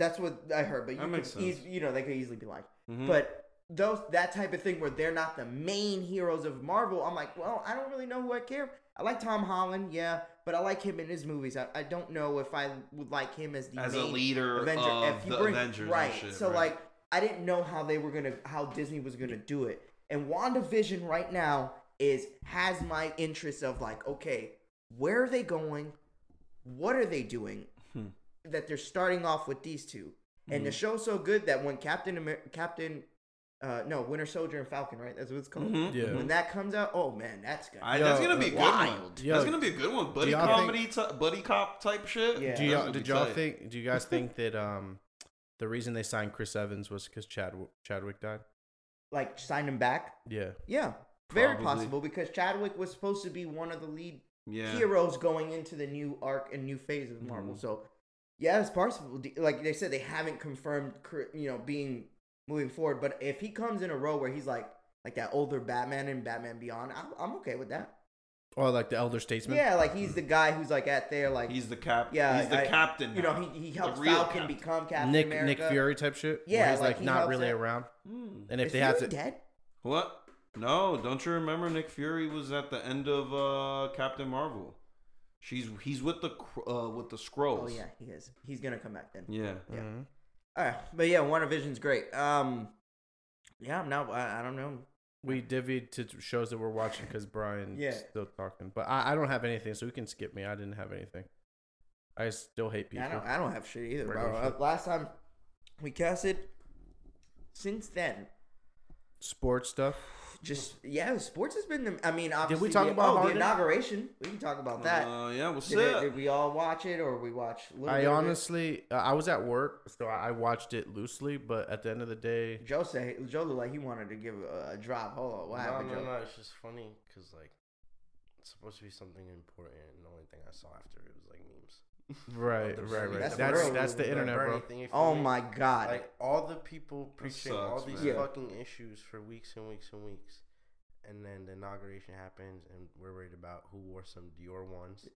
A: That's what I heard. But you
B: That makes
A: could eas-
B: sense.
A: you know, they could easily be like,
B: Mhm.
A: but those that type of thing where they're not the main heroes of Marvel. I'm like, well, I don't really know who I care. I like Tom Holland, yeah, but I like him in his movies. I, I don't know if I would like him as the
B: As a
A: main
B: leader
A: Avenger.
B: of
A: if you
B: Uh, the
A: bring,
B: Avengers and
A: right?
B: shit,
A: so
B: right.
A: like, I didn't know how they were gonna, how Disney was gonna do it. And WandaVision right now is has my interest of like, okay, where are they going? What are they doing?
B: Hmm.
A: That they're starting off with these two, and the show's so good that when Captain Amer- Captain, uh, no, Winter Soldier and Falcon, right? That's what it's called.
B: Mhm.
C: Yeah.
A: When that comes out, oh man, that's good.
B: I,
C: Yo,
B: that's gonna be a
C: uh,
B: good one.
A: wild.
C: Yo,
B: that's gonna be a good one. Buddy
C: y'all
B: comedy, ty buddy cop type shit.
A: Yeah.
C: Do
A: That's
C: y'all,
B: gonna
C: did
B: be
C: y'all
B: tight.
C: think? Do you guys think that um, the reason they signed Chris Evans was because Chad Chadwick died?
A: like sign him back.
C: Yeah.
A: Yeah, very
B: Probably.
A: possible because Chadwick was supposed to be one of the lead
B: Yeah. Mm-hmm.
A: heroes going into the new arc and new phase of Marvel. So, yeah, it's possible. D- Like they said, they haven't confirmed, cr- you know, being moving forward. But if he comes in a row where he's like, like that older Batman and Batman Beyond, I'm, I'm okay with that.
C: Or like the Elder Statesman.
A: Yeah, like he's the guy who's like at there, like
B: He's the cap.
A: yeah,
B: he's the
A: I-
B: captain.
A: You know,
B: now.
A: he he
B: The
A: helps
B: real
A: Falcon
B: captain.
A: become Captain
C: Nick
A: America.
C: Nick Fury type shit. where
A: Yeah,
C: he's
A: like,
C: like,
A: he
C: not
A: helps
C: really
A: it.
C: around.
B: Hmm.
C: And if
A: Is
C: they
A: he
C: had to,
A: really dead?
B: What? No, don't you remember Nick Fury was at the end of uh, Captain Marvel? She's he's with the cr- uh, with the
A: Oh
B: scrolls.
A: yeah, he is. He's gonna come back then.
B: Yeah.
A: Yeah.
C: Mhm.
A: All right, but yeah, WandaVision's great. Um, yeah, I'm not. I, I don't know.
C: we divvied to t- shows that we're watching because Brian's
A: Yeah.
C: still talking. But I, I don't have anything, so we can skip me. I didn't have anything. I still hate people.
A: I don't. I don't have shit either,
C: Regular
A: bro.
C: shit.
A: Uh, Last time we casted. Since then,
C: Sports stuff.
A: just yeah, sports has been. The, I mean, obviously,
C: we talk
A: the-
C: about
A: oh, the
C: Harden?
A: inauguration? We can talk about that.
B: Uh, yeah. What's
A: did, it-
B: up?
A: did we all watch it, or we watch? a little
C: I
A: bit of it?
C: honestly, uh, I was at work, so I I watched it loosely. But at the end of the day,
A: Joe said Joe looked like he wanted to give a, a drop. Hold on, what
D: No,
A: happened,
D: no,
A: Joe?
D: no. It's just funny because like it's supposed to be something important, and the only thing I saw after it was like memes.
C: right,
D: There's
C: right,
D: something
C: right.
A: That's
C: That's
A: real
C: that's,
A: with
C: the
A: the
C: internet, bro.
D: Bernie thing, you feel
A: Oh
D: me?
A: my god!
D: Like all the people preaching all
B: sucks,
D: these
A: man. Yeah.
D: fucking issues for weeks and weeks and weeks, and then the inauguration happens, and we're worried about who wore some Dior ones,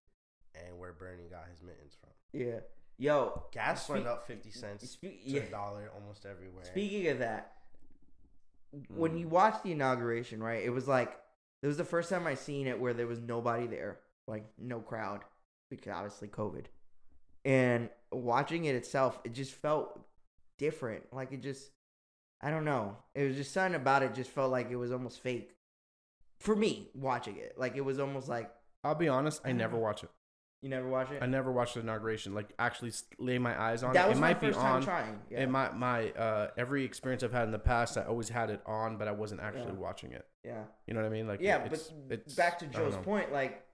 D: and where Bernie got his mittens from.
A: Yeah. Yo.
D: Gas went
A: speak-
D: up fifty cents
A: Spe-
D: to
A: yeah.
D: a dollar almost everywhere.
A: Speaking of that, when you watch the inauguration, right? It was like it was the first time I seen it where there was nobody there, like no crowd, because obviously COVID. And watching it itself, it just felt different. Like it just, I don't know. It was just something about it just felt like it was almost fake. For me, watching it, like it was almost like
C: I'll be honest. I
A: Mm.
C: never watch it.
A: you never watch it.
C: I never watched the inauguration. Like actually s- lay my eyes on
A: that
C: it.
A: was
C: it
A: my
C: might
A: first
C: be
A: time
C: on.
A: trying. Yeah.
C: And my my uh, every experience I've had in the past, I always had it on, but I wasn't actually
A: Yeah.
C: watching it.
A: yeah.
C: You know what I mean? Like
A: yeah,
C: it's,
A: but
C: it's,
A: back to
C: I don't
A: Joe's
C: know.
A: point, like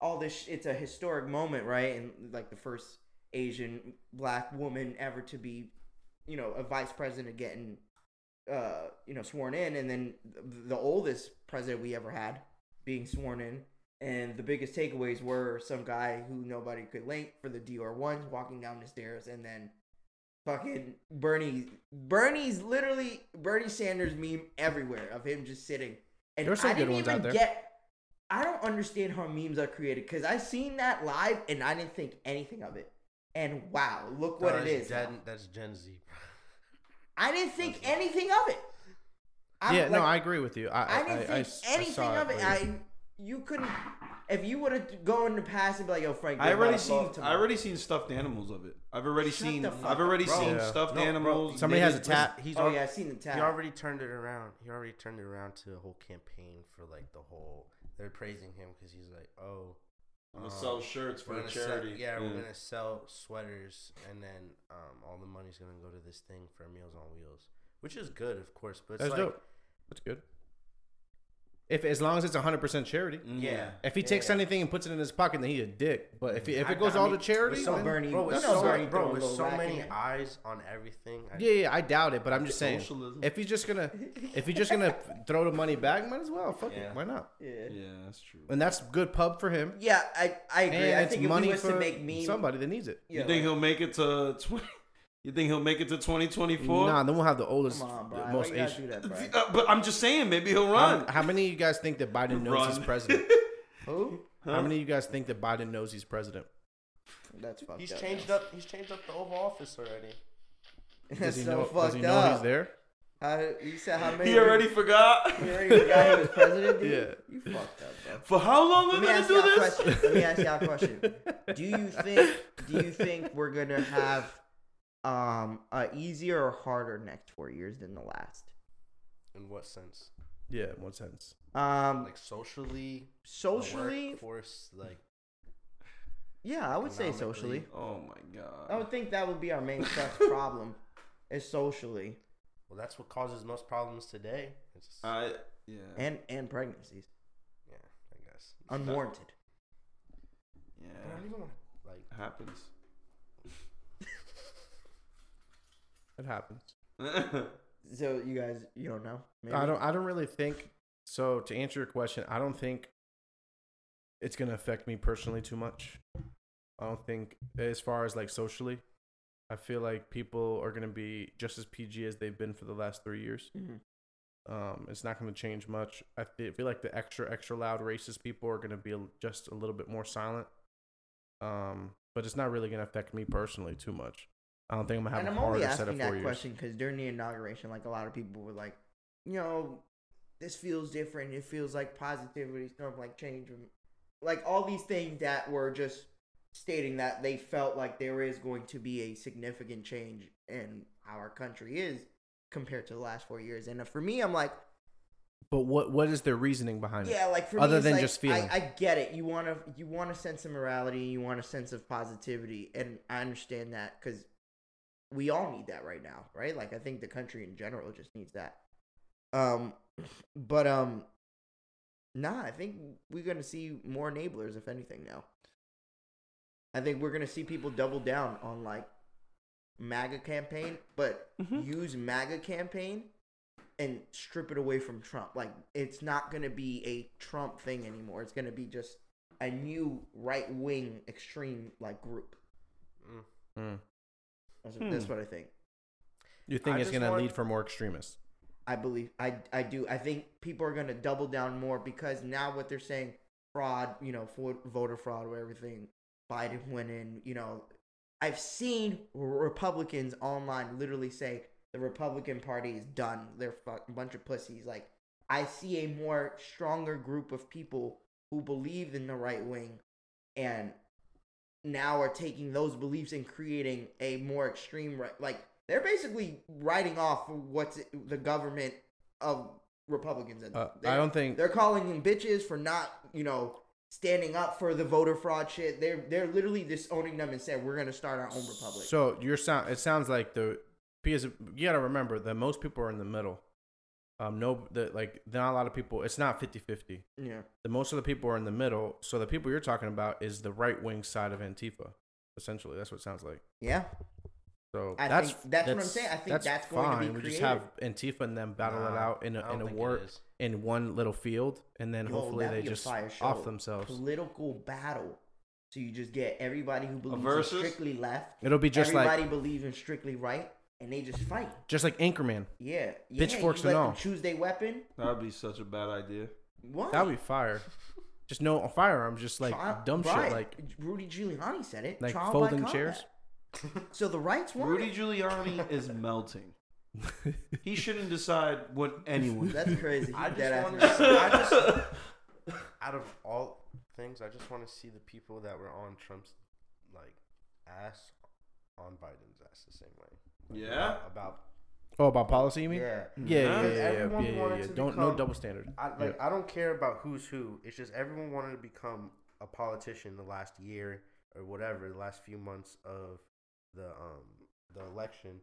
A: all this, sh- it's a historic moment, right? And like the first Asian black woman ever to be, you know, a vice president getting, uh, you know, sworn in, and then th- the oldest president we ever had being sworn in. And the biggest takeaways were some guy who nobody could link for the DR ones walking down the stairs, and then fucking Bernie, Bernie's literally Bernie Sanders meme everywhere of him just sitting. And
C: There's some
A: I
C: good
A: didn't
C: ones
A: even
C: out there.
A: get. I don't understand how memes are created because I seen that live and I didn't think anything of it. And wow, look what
D: That
A: it is.
D: Gen,
A: now.
D: that's Gen Z.
A: I didn't think anything of it. I'm
C: yeah, no,
A: like-
C: I agree with you. I,
A: I didn't
C: I,
A: think
C: s- I
A: anything
C: saw
A: of it.
C: but
A: I you couldn't if you would have gone in the past and be like, "Yo, Frank,
B: I
A: you're
B: already
A: about to blow
B: seen.
A: up
B: I
A: tomorrow."
B: already seen stuffed animals of it. I've already
A: Shut
B: seen.
A: the fuck
B: I've already
A: up, bro.
B: seen
C: Yeah.
B: stuffed
D: No, bro,
B: animals.
C: somebody has a
B: knitted-
C: tap.
D: He's
A: Oh
D: al-
A: yeah, I seen the tag.
D: He already turned it around. He already turned it around to a whole campaign for like the whole. They're praising him because he's like, oh,
B: I'm gonna
D: um,
B: sell shirts
D: we're
B: for a
D: gonna sell-
B: charity.
D: yeah, we're gonna sell sweaters, and then um, all the money's gonna go to this thing for Meals on Wheels, which is good, of course. But it's
C: That's
D: like,
C: dope. That's good. If as long as it's 100 percent charity.
B: Mm,
D: yeah.
C: If he
D: Yeah,
C: takes
D: yeah.
C: anything and puts it in his pocket, then he a dick. But if he, if
D: I-
C: it goes
D: I
C: all
D: mean,
C: to charity,
D: with
A: so
C: then-
A: Bernie-
D: bro, with
A: That's
D: so,
A: all right.
D: bro,
A: Throw a
D: with
A: little
D: so
A: rack
D: many
A: in it.
D: eyes on everything. I,
C: yeah, yeah, I doubt it. But I'm just saying,
B: Socialism.
C: if he's just gonna if he's just gonna throw the money back, might as well. Fuck
D: Yeah.
C: it, why not?
A: yeah.
B: Yeah, that's true.
C: And that's good pub for him.
A: yeah, I I agree.
C: And
A: I
C: it's
A: think if
C: money
A: he was
C: for
A: to make memes,
C: somebody that needs it.
A: yeah,
B: you think
A: like,
B: he'll make it to 20, You think he'll make it to 2024?
C: Nah, then we'll have the oldest,
A: come on, bro? Why
C: most
A: you gotta
C: Asian.
A: do that, Brian?
B: Uh, but I'm just saying, maybe he'll
C: How,
B: run.
C: how many of you guys think that Biden knows he's
B: Run.
C: president?
A: Who?
C: How many of you guys think that Biden knows he's president?
A: That's fucked
D: he's
A: up.
D: changed up. He's changed up the Oval Office already.
C: Does
A: That's
C: he
A: so
C: know?
A: fucked
C: Does he know
A: up.
C: he's there?
A: How- you said how many?
B: He already forgot.
A: You already forgot he was president. Dude?
C: Yeah.
A: You fucked up, bro.
B: For how long are
A: Let me
B: we gonna
A: ask
B: do
A: y'all a
B: this?
A: question. Let me ask y'all a question. Do you think? Do you think we're gonna have um a easier or harder next four years than the last?
D: In what sense?
C: Yeah, in one sense.
A: Um,
D: Like socially, the
A: socially,
D: workforce, like
A: yeah, I would say socially.
B: Oh my god.
A: I would think that would be our main sex problem, is socially
D: well, that's what causes most problems today. It's just,
B: I yeah.
A: and and pregnancies
D: yeah, I guess.
A: unwarranted.
B: yeah.
D: But I don't even want to like.
B: It happens.
C: It happens.
A: So you guys, you don't know. Maybe.
C: I don't. I don't really think. So to answer your question, I don't think it's gonna affect me personally too much. I don't think as far as like socially, I feel like people are gonna be just as PG as they've been for the last three years.
A: Mhm.
C: Um, it's not gonna change much. I fe- feel like the extra extra loud racist people are gonna be a- just a little bit more silent. Um, but it's not really gonna affect me personally too much. I don't think I'm gonna have
A: and
C: a
A: I'm
C: harder
A: only
C: set of
A: asking
C: four
A: that
C: years.
A: question because during the inauguration, like a lot of people were like, you know, this feels different. It feels like positivity, stuff like change, and- like all these things that were just stating that they felt like there is going to be a significant change in how our country is compared to the last four years. And uh, for me, I'm like,
C: But what what is their reasoning behind it?
A: yeah, like for
C: Other
A: me, it's
C: than
A: like,
C: just feeling.
A: I, I get it. You want to you want a sense of morality. You want a sense of positivity, and I understand that because we all need that right now, right? Like I think the country in general just needs that. Um, but um, nah, I think we're gonna see more enablers, if anything. Now, I think we're gonna see people double down on like MAGA campaign, but use MAGA campaign and strip it away from Trump. Like it's not going to be a Trump thing anymore. It's going to be just a new right wing extreme like group.
D: Mm.
C: Mm.
A: That's, that's what I think.
C: You think
D: I
C: it's
D: just
C: going to
D: want-
C: lead for more extremists?
A: I believe I I do. I think people are going to double down more because now what they're saying fraud, you know, for voter fraud or everything. Biden went in, you know, I've seen Republicans online literally say the Republican Party is done. They're a bunch of pussies. Like I see a more stronger group of people who believe in the right wing and now are taking those beliefs and creating a more extreme right like they're basically writing off what's the government of republicans
C: Uh,
A: They're-
C: I don't think
A: they're calling them bitches for not you know standing up for the voter fraud shit they're they're literally disowning them and saying we're gonna start our own republic
C: So your sound it sounds like the because you gotta remember that most people are in the middle. Um, no, the, like not a lot of people. It's not 50-50.
A: yeah
C: The most of the people are in the middle. So the people you're talking about is the right wing side of Antifa. Essentially, that's what it sounds like.
A: yeah
C: So
A: I
C: that's
A: think that's what I'm saying. I think that's going to be
C: We just have Antifa and them battle it
D: Nah,
C: out in
D: I
C: a,
D: don't
C: in a
D: think it
C: war
D: is.
C: in one little field, and then
A: Yo,
C: hopefully
A: that'd
C: they
A: be a
C: just
A: fire show.
C: off themselves.
A: political battle so you just get everybody who believes
B: versus?
A: in strictly left
C: It'll be just
A: everybody
C: like
A: believes in strictly right and they just fight
C: just like Anchorman.
A: yeah, yeah
C: Pitchforks
A: you let
C: and
A: them
C: all.
A: choose their weapon
B: That would be such a bad idea.
A: what
C: That'd be fire. Just no firearms, just like
A: Trial-
C: dumb
A: right.
C: shit, like
A: Rudy Giuliani said it.
C: like
A: trial by
C: folding
A: combat.
C: chairs.
A: So the rights won.
B: Rudy Giuliani is melting. He shouldn't decide what anyone.
A: That's crazy.
D: I
A: Dead
D: just
A: ass
D: want
A: man.
D: to. I just out of all things, I just want to see the people that were on Trump's like ass on Biden's ass the same way. Like,
B: Yeah?
D: about, about
C: Oh, about policy, you mean?
D: yeah.
C: yeah, yeah,
B: Huh?
C: yeah, yeah, yeah,
D: Everyone
C: yeah,
D: wanted
C: yeah.
D: to
C: Don't no
D: become-
C: double standard.
D: I
C: Yeah.
D: like I don't care about who's who. It's just everyone wanted to become a politician the last year or whatever, the last few months of the um the election,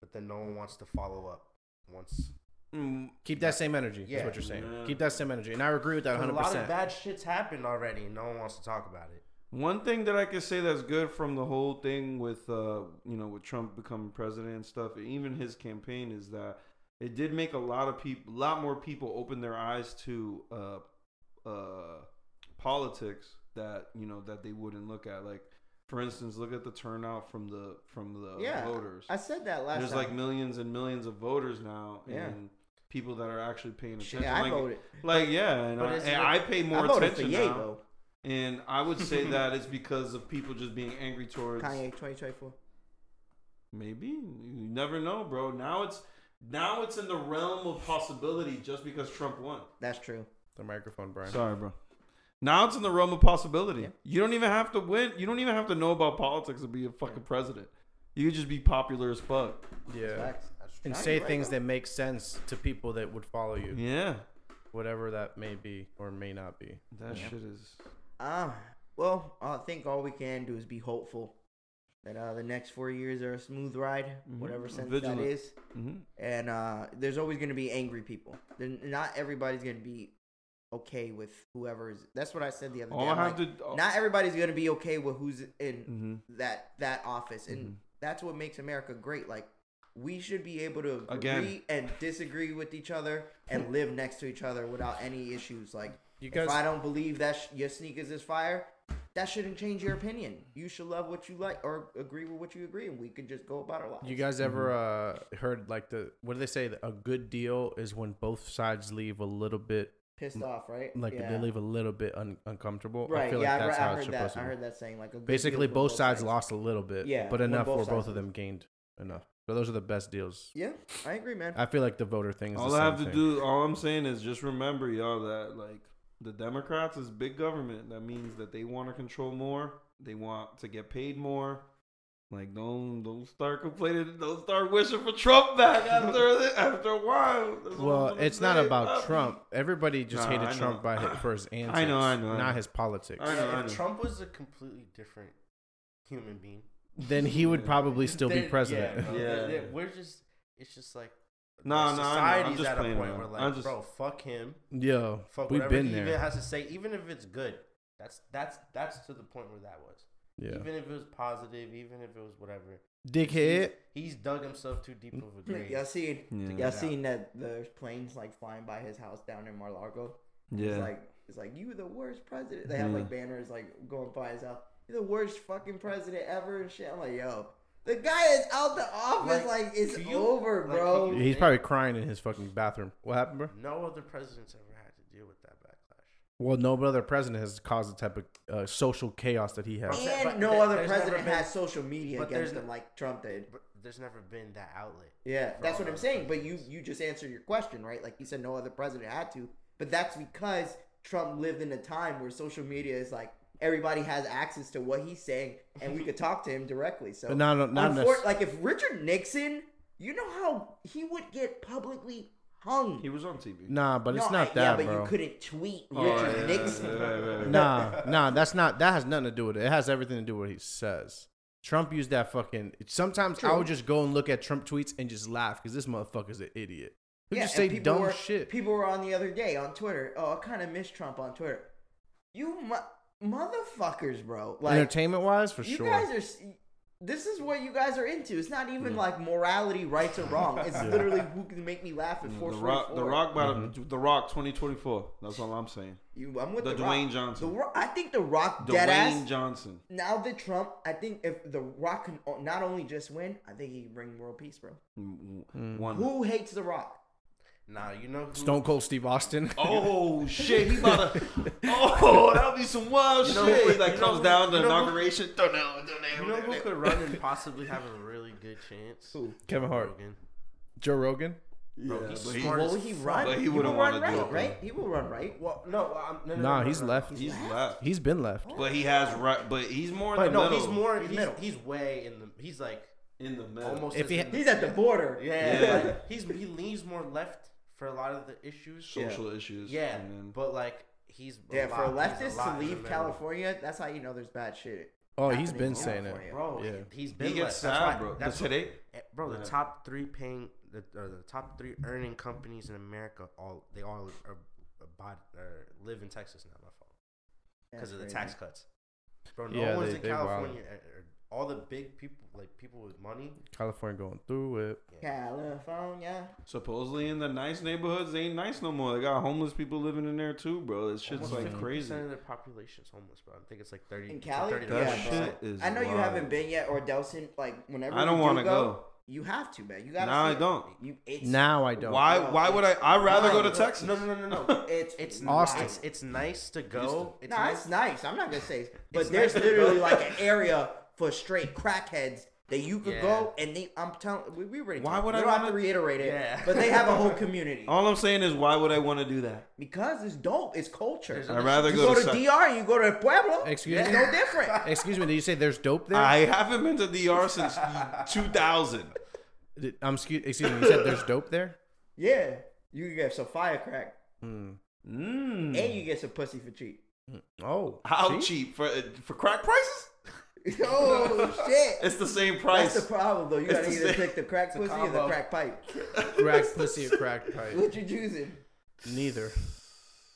D: but then no one wants to follow up once.
B: Mm,
C: Keep that same energy. That's
D: Yeah.
C: what you're saying.
B: Yeah.
C: Keep that same energy, and I agree with that
D: 'Cause
C: 100.
D: A lot of
C: percent
D: bad shits happened already, and no one wants to talk about it.
B: One thing that I could say that's good from the whole thing with uh, you know with Trump becoming president and stuff, and even his campaign is that it did make a lot of people, a lot more people, open their eyes to uh, uh, politics that you know that they wouldn't look at. Like for instance, look at the turnout from the from the
A: Yeah,
B: voters.
A: I said that last
B: There's
A: time.
B: like millions and millions of voters now,
A: Yeah.
B: and people that are actually paying attention.
A: Shit, I
B: like,
A: voted.
B: like yeah, and,
D: But
B: I,
D: it's
B: and
D: like-
B: I pay more
A: I voted for
B: attention
A: Ye
B: now.
A: though.
B: And I would say that it's because of people just being angry towards
A: Kanye 2024.
B: maybe you never know, bro. Now it's now it's in the realm of possibility just because Trump won.
A: That's true.
C: The microphone, Brian.
B: Sorry, bro. Now it's in the realm of possibility.
A: Yeah.
B: You don't even have to win. You don't even have to know about politics to be a fucking president. You could just be popular as fuck.
C: yeah,
A: Facts.
C: and
A: Nah,
C: say
A: you're right,
C: things
A: though.
C: that make sense to people that would follow you,
B: Yeah,
C: whatever that may be or may not be.
B: that shit is.
A: Um, well, I think all we can do is be hopeful that uh, the next four years are a smooth ride, whatever sense
B: Mm-hmm. Vigilant.
A: that is.
B: Mhm.
A: And uh, there's always going to be angry people. Then not everybody's going to be okay with whoever is. That's what I said the other
B: All
A: day.
B: I
A: I'm
B: have
A: like,
B: to-
A: Not everybody's going to be okay with who's in
B: Mhm.
A: that that office, and
C: Mm-hmm.
A: that's what makes America great. Like we should be able to agree
B: Again.
A: and disagree with each other and live next to each other without any issues. Like
C: You
A: if
C: guys-
A: I don't believe that sh- your sneakers is fire, that shouldn't change your opinion. You should love what you like or agree with what you agree, and we can just go about our lives.
C: You guys ever
D: Mm-hmm.
C: uh, heard like the what do they say? A good deal is when both sides leave a little bit,
A: Pissed off, right?
C: like they leave a little bit un- uncomfortable. I
A: Right?
C: feel
A: yeah,
C: like
A: I,
C: that's
A: re- I
C: how it's
A: heard
C: supposed
A: that.
C: to
A: I
C: be.
A: heard that saying like a good
C: Basically,
A: deal for
C: both sides lost a little bit,
A: Yeah,
C: but
A: when
C: enough
A: both
C: where
A: sides
C: both of them
A: lose.
C: gained enough. But those are the best deals.
A: Yeah, I agree, man.
C: I feel like the voter thing is
B: All
C: the
B: I
C: same
B: have to
C: thing.
B: do, all I'm saying is just remember, y'all, that like the Democrats is big government. That means that they want to control more. They want to get paid more. Like don't don't start complaining. Don't start wishing for Trump back after thi- after a while. That's what I'm
C: Well,
B: gonna
C: it's not
B: say.
C: about
B: Uh,
C: Trump. Everybody just
B: Nah, I
C: hated
B: know.
C: Trump by hi- for his antics.
B: I know, I know, I know.
C: Not his politics.
B: I know,
D: Yeah,
B: I
D: if
B: know.
D: Trump was a completely different human being,
C: Then he would probably still be
D: then-
C: president.
D: Yeah,
B: Yeah.
D: yeah. we're just. It's just like
B: Nah,
D: the
B: nah, I know. I'm
D: society's
B: just
D: at a
B: playing
D: point where
B: around.
D: like,
B: I'm just-
D: bro, fuck him.
C: Yo,
D: Fuck
C: we've
D: whatever
C: been
D: he even
C: there.
D: has to say, even if it's good. That's that's that's to the point where that was.
C: Yeah,
D: Even if it was positive, even if it was whatever.
C: dickhead.
D: He's dug himself too deep of a grave.
A: Y'all seen?
B: Yeah.
A: Y'all seen that there's planes like flying by his house down in Mar-Lago?
B: Yeah.
A: It's like it's like you the worst president. They have
B: Yeah.
A: like banners like going by his house. You're the worst fucking president ever and shit. I'm like, yo, The guy is out the office like,
B: Like,
A: it's
B: can you-
A: over,
B: like,
A: bro.
B: can you-
C: He's probably crying in his fucking bathroom. What happened, bro?
D: No other president's ever had to deal with that backlash.
C: Well, no other president has caused the type of uh, social chaos that he has.
D: Okay.
A: and
D: but
A: no
D: there-
A: other
D: there's never
A: president
D: been-
A: had social media
D: but
A: against
D: there's-
A: him like Trump did.
D: But there's never been that outlet.
A: Yeah,
D: for
A: that's
D: all
A: what I'm
D: other
A: saying. But you
D: presidents.
A: you just answered your question, right? Like you said, no other president had to. But that's because Trump lived in a time where social media is like everybody has access to what he's saying, and we could talk to him directly. So
C: But not, not, not
A: Unfor-
C: necess-
A: like if Richard Nixon, you know how he would get publicly hung.
B: He was on TV.
C: Nah, but
A: No,
C: it's not
A: I- yeah,
C: that,
A: but
C: bro.
A: you couldn't tweet
B: Oh,
A: Richard
B: yeah,
A: Nixon.
B: yeah, yeah, yeah.
C: nah, nah, that's not that has nothing to do with it. It has everything to do with what he says. Trump used that fucking. Sometimes I
A: True.
C: would just go and look at Trump tweets and just laugh because this motherfucker's an idiot. He
A: Yeah,
C: just
A: and
C: say dumb
A: were,
C: shit.
A: People were on the other day on Twitter. Oh, I kind of miss Trump on Twitter. You mu- motherfuckers, bro. Like
C: Entertainment wise, for
A: you
C: sure.
A: guys are. s- This is what you guys are into. It's not even like morality, right or wrong. It's literally who can make me laugh at four
B: The Rock, The Rock, bottom, The Rock, 2024. That's all I'm saying.
A: You, I'm with
B: The
A: the, Rock.
B: Dwayne Johnson.
A: The Rock, I think the Rock dead
B: Dwayne
A: ass.
B: Johnson.
A: now that Trump, I think if the Rock can o- not only just win, I think he can bring world peace, bro.
B: Mm, mm, One.
A: Who hates the Rock?
D: Nah, you know who?
C: Stone Cold Steve Austin.
B: Oh shit, he about to. Oh, that'll be some wild
D: know
B: shit.
D: who-
B: he like
D: you know
B: comes
D: who-
B: down to
D: you know who-
B: inauguration. Don't know, don't know,
D: You know
B: don't
D: who
B: know.
D: could run and possibly have a really good chance?
A: Who?
C: Kevin Hart,
D: Rogan.
C: Joe Rogan.
B: Yeah,
D: he's
B: but he-
D: smart.
A: Well, he run.
B: But he
A: he will
B: wouldn't
A: run
B: wanna
A: right,
B: do it,
A: right? He will run right.
D: Well, no, I'm, no, no,
C: Nah,
D: no, no,
C: he's
D: no.
C: left.
B: He's left,
C: He's been left.
B: but he has right. But he's more in
D: But
B: the
D: no,
B: middle.
D: he's more.
A: He's
D: He's,
A: middle.
D: he's way in the. He's like
B: in the middle.
D: almost.
C: If
D: as
C: he-
D: in the-
A: He's at the border.
D: Yeah,
B: Yeah.
D: like, he's he leans more left for a lot of the issues.
B: social issues.
D: Yeah,
B: and then-
D: but like he's
A: Yeah,
D: lot-
A: for a
D: he's
A: leftist
D: lot
A: to
D: in the
A: leave
D: middle.
A: California, that's how you know there's bad shit.
C: Oh,
A: happening
C: he's been
A: in
C: saying it.
A: California.
D: bro.
C: Yeah.
D: He, has been
B: he gets
D: left. That's why-
B: sad, bro. But
D: That's what-
B: today,
D: eh, bro. The
B: Yeah.
D: top three paying the or the top three earning companies in America all they all are, are, bod- are live in Texas now. My fault because of the
A: That's
D: tax
A: crazy.
D: cuts, bro. No
C: Yeah,
D: one's
C: they-
D: in
C: they wild.
D: California. eh, eh, all the big people, like people with money,
C: California going through it.
A: California.
B: supposedly in the nice neighborhoods, they ain't nice no more. They got homeless people living in there too, bro. This shit's
D: almost
B: like
D: 50%
B: crazy.
D: of their population's homeless, bro. I think it's like thirty.
A: In
D: it's
A: Cali?
D: like 30
A: Yeah,
B: That
A: bro.
B: shit is.
A: I know you
B: wild.
A: haven't been yet, or Delson. Like whenever
B: I don't
A: want
B: wanna
A: to
B: go.
A: You have to, man. You gotta.
B: Now
A: see
B: I
A: it.
B: don't.
A: You it's
C: Now I don't.
B: Why?
A: No,
B: Why would I? I'd rather go to Texas.
D: No, no, no, no, no.
A: It's
D: It's
C: Austin.
D: Austin. It's, it's nice to go. It's
A: No,
D: nice.
A: it's nice. I'm not gonna say, it's- but
D: It's
A: there's
D: nice to
A: literally
D: go.
A: like an area for straight crackheads that you could
D: Yeah.
A: go, and they. I'm telling. We, we already.
B: Why
A: talked.
B: would
A: we
B: I
A: don't have to
B: wanna- Oh.
A: reiterate it?
D: Yeah.
A: But they have a whole community
B: All I'm saying is, why would I want to do that?
A: because it's dope. It's culture.
D: There's
B: I'd rather
A: You go
B: go,
A: to
B: Sou-
A: DR and you go to Pueblo.
C: Excuse
A: it's
C: me?
A: no different.
C: Excuse me. Did you say there's dope there?
B: I haven't been to DR since 2000.
C: Did- I'm excuse, excuse me. You said there's dope there.
A: Yeah, you can get some firecrack
B: Mm.
A: and you get some pussy for cheap.
C: Oh,
B: How
C: see?
B: cheap for uh, for crack prices?
A: oh shit!
B: It's the same
A: That's
B: price.
A: the problem though. You gotta
B: It's the
A: either
B: same-
A: pick the crack pussy or the
D: combo.
A: crack pipe.
C: Crack pussy or crack pipe?
A: What you choosing?
C: Neither.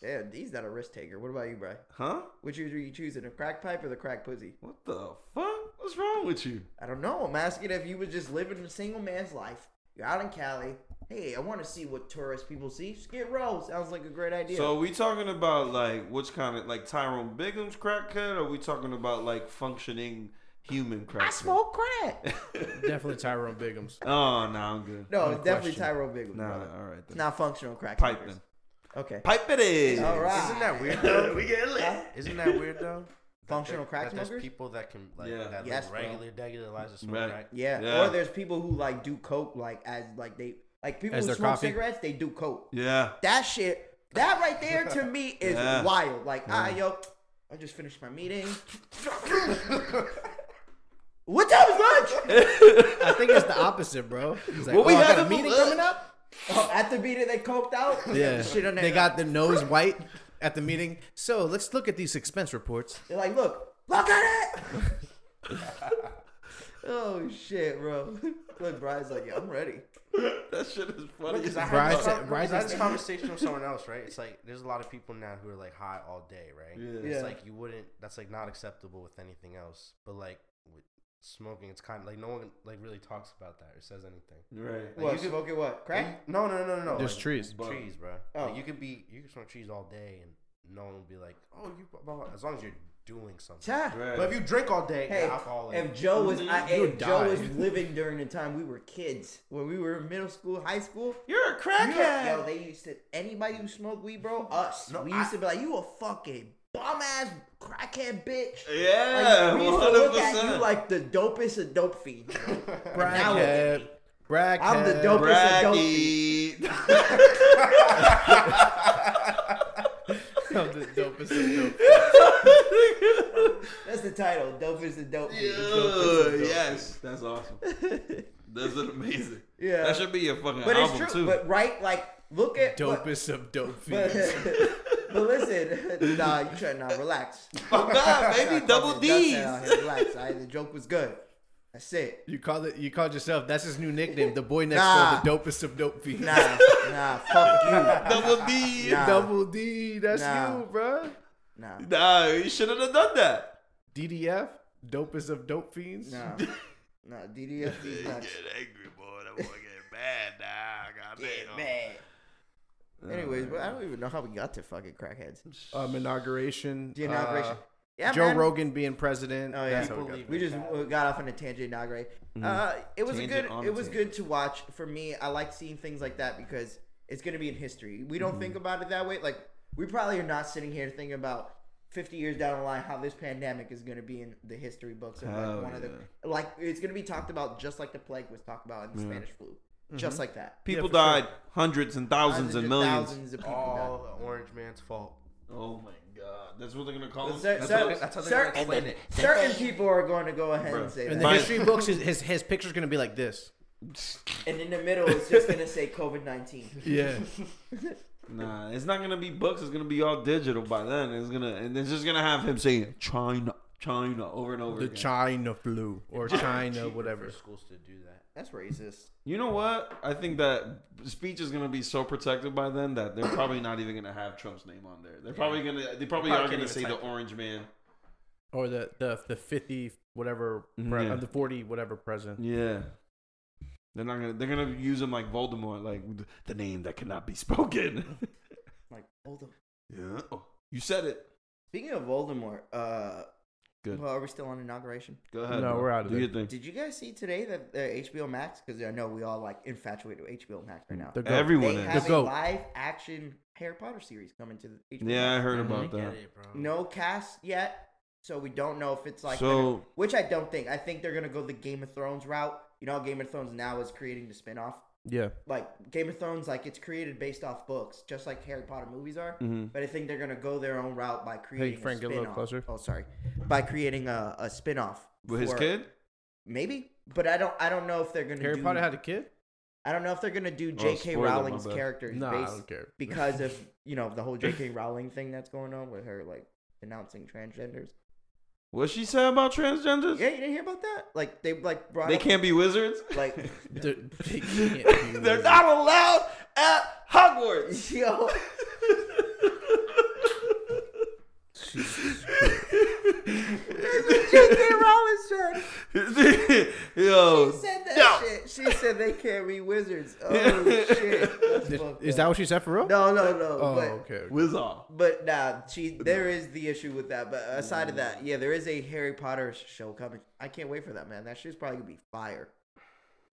A: Damn, he's not a risk taker. What about you, Bry?
B: huh?
A: Which are you choosing, a crack pipe or the crack pussy?
B: What the fuck? What's wrong with you?
A: I don't know. I'm asking if you was just living a single man's life. You're out in Cali. Hey, I want to see what tourist people see. Skid Row sounds like a great idea.
B: So are we talking about like which kind of like Tyrone Bigum's crack cut? Or are we talking about like functioning human crack?
A: I
B: cut?
A: smoke crack.
C: Definitely Tyrone Biggums.
B: Oh no, I'm good.
A: No,
C: No
A: it's definitely
C: question.
A: Tyrone Biggum.
B: Nah,
A: brother.
B: all right then.
A: Not functional crack.
B: Pipe
A: smokers.
B: then.
A: Okay.
B: Pipe it is.
A: All right.
D: Isn't that weird though?
B: we get lit.
A: Huh?
D: Isn't that weird though? That
A: Functional
D: there-
A: crack
D: that there's
A: smokers?
D: people that can like
B: Yeah.
A: Yes,
D: that yes,
A: bro.
D: regular regular lives of smoke
B: Right.
D: crack.
A: Yeah.
B: Yeah.
A: Or there's people who like do coke like as like they like people
C: As
A: who
C: their
A: smoke
C: coffee?
A: cigarettes, they do coke.
B: Yeah.
A: That shit that right there to me is
B: Yeah.
A: wild. Like, ah yo, I just finished my meeting. what time is lunch?
C: I think it's the opposite, bro. He's like,
B: Well, we
C: oh, I
B: had
C: got
B: a
C: a meeting
B: little-
C: coming up.
A: oh, at the meeting they coked out?
C: Yeah,
A: Shit on
C: they got the nose white at the meeting. So let's look at these expense reports.
A: They're like, look, look at it. oh shit, bro. Look, Brian's like, yeah, I'm ready.
B: That shit is funny.
D: Because I
C: Brian
D: had this,
C: said-
D: con-
C: Brian
D: I had
C: said-
D: this conversation with someone else, right? It's like there's a lot of people now who are like high all day, right?
B: Yeah.
A: Yeah.
D: It's like you wouldn't. That's like not acceptable with anything else. But like with smoking, it's kind of like no one like really talks about that or says anything.
B: Right.
A: What,
D: you could-
A: smoking what?
C: Mm.
A: Crack?
D: No, no, no, no, no.
C: There's
D: like,
C: trees.
B: But-
D: trees, bro.
A: Oh.
D: Like, you could be you could smoke trees all day and no one will be like, oh, you blah, blah, blah," as long as you're doing something.
A: Yeah.
B: Right.
D: But if you drink all day,
A: Hey,
D: you're alcoholic.
A: if Joe was, I,
C: You
A: if
C: would
A: Joe
C: die.
A: was living during the time we were kids, when we were in middle school, high school,
B: You're a
A: you were- yo,
B: crackhead.
A: they used to anybody who smoked weed, bro, us,
D: No,
A: we used
D: I-
A: to be like, you a fucking bum ass crackhead bitch.
B: Yeah,
A: like, we
B: one
A: used to
B: hundred
A: look at you
B: percent.
A: like the dopest of dope fiend. you know? now look at
C: Brackhead.
A: me.
C: Brackhead.
A: I'm the dope-
B: Bracky.
C: I'm the dopest of dope.
A: That's the title, dopest of dope fiend.
B: Ew, yes, that's awesome. That's an amazing.
A: Yeah.
B: that should be your fucking
A: But it's
B: album
A: true.
B: too.
A: But right, like, look at what-
C: Dopest of dope
A: But,
C: fiends.
A: but listen, nah, you try not relax.
B: Fuck that, Oh, baby, double
A: D's.
B: D's.
A: Relax, all right? The joke was good. That's it.
C: You call it. You called yourself. That's his new nickname. The boy next
A: Nah.
C: door. The dopest of dope fiends.
A: Nah, nah, fuck
B: double D.
A: Nah.
C: Double D. That's
A: Nah.
C: you, bruh.
A: you. Nah,
B: Nah, you shouldn't have done that.
C: DDF. Dopest of dope fiends.
A: nah, nah. DDFD nuts.
B: angry, boy. That boy get bad, dog.
A: Yeah, man.
B: Oh,
A: Anyways, but I
B: Uh,
A: don't even know how we got to fucking crackheads.
C: Um, inauguration.
A: The inauguration.
C: uh,
A: yeah,
C: Joe
A: man.
C: Rogan being president.
A: Oh, yeah.
C: That's how we got
D: People
A: We just uh, got off on a tangent inaugurate. Uh, it was a
B: Mm-hmm. Tangent
A: good.
B: on a
A: It was
B: tangent.
A: good to watch for me. I like seeing things like that because it's gonna be in history. We
B: Mm-hmm.
A: don't think about it that way. Like we probably are not sitting here thinking about 50 years down the line how this pandemic is gonna be in the history books. Of, like,
B: Hell
A: one of the like it's gonna be talked about just like the plague was talked about in the Spanish flu, just like that.
B: People
C: for sure.
B: died hundreds and Mm-hmm. thousands and
A: of
B: millions.
A: thousands of people. died.
D: all the orange man's fault.
B: Oh my god, that's what they're gonna call
A: But
B: them.
A: cer-
B: That's
A: cer-
B: what- oh,
D: that's how they're
A: cer-
D: gonna explain it.
A: Certain people are going to go ahead
B: Bruh.
A: and say that.
C: In the
B: Mine-
C: history books, his his, his picture's gonna be like this.
A: and in the middle, it's just going to say COVID 19.
C: Yeah.
B: Nah, it's not gonna be books. It's gonna be all digital by then. It's gonna and it's just gonna have him saying China, China over and over
C: the
B: again.
C: China flu or China,
D: Cheaper
C: whatever.
D: for schools to do that.
A: That's racist.
B: you know what? I think that speech is gonna be so protected by then that they're probably not even gonna have Trump's name on there. They're probably gonna they probably,
D: They probably
B: are
D: can't
B: gonna
D: even
B: say
D: type
B: the
D: it.
B: orange man.
C: or the the the fifty whatever pre-
B: Yeah.
C: uh, the forty whatever president.
B: Yeah. They're not gonna. They're gonna use him like Voldemort, like the name that cannot be spoken.
A: Like Voldemort.
B: yeah, Oh, you said it.
A: Speaking of Voldemort, uh,
B: Good.
A: Well, are we still on inauguration?
B: Go ahead.
C: No,
B: bro.
C: we're out of
B: Do
C: there.
B: your thing.
A: Did you guys see today that uh, HBO Max? Because I know we all like infatuated with HBO Max
B: Mm,
A: right now.
C: The goat.
B: Everyone
A: they
B: is.
A: have
C: The
A: a
C: goat.
A: live action Harry Potter series coming to the HBO.
B: Yeah, I
A: Max.
B: heard
C: Mhm.
B: about
D: Get
B: that.
D: it, bro.
A: No cast yet, so we don't know if it's like.
B: So-
A: gonna- which I don't think. I think they're gonna go the Game of Thrones route. You know, how Game of Thrones now is creating the spin off.
C: yeah,
A: like Game of Thrones, like it's created based off books, just like Harry Potter movies are.
C: Mm-hmm.
B: Mhm.
A: But I think they're gonna go their own route by creating
C: Frank,
A: a
C: get a little
A: spin-off.
C: closer.
A: Oh, sorry, by creating a, a spin-off
B: With his
A: for-
B: kid?
A: maybe. But I don't I don't know if they're gonna
C: Harry
A: do,
C: Potter had a kid.
A: I don't know if they're gonna do
B: Oh,
A: J.K.
B: spoiler, my
A: Rowling's
B: bad.
A: characters
C: Nah, I
A: based
C: don't care.
A: because of you know the whole J.K. Rowling thing that's going on with her like denouncing transgenders.
B: What she said about transgenders?
A: Yeah, you didn't hear about that? Like they like brought
B: They
A: up,
B: can't be wizards.
A: like
C: They're, they can't be
B: They're
C: wizards.
B: not allowed at Hogwarts.
A: yo. J.K. Rowling said.
B: Yo,
A: She said that
B: no.
A: shit. She said they can't be wizards. Oh shit. That's
C: Did-
A: fucked
C: Is
A: up.
C: that what she said for real?
A: No, no, no.
C: Oh,
A: but
C: okay. okay.
B: Whiz off.
A: but nah, she there is the issue with that. But aside of that, yeah, there is a Harry Potter show coming. I can't wait for that, man. That shit's probably gonna be fire.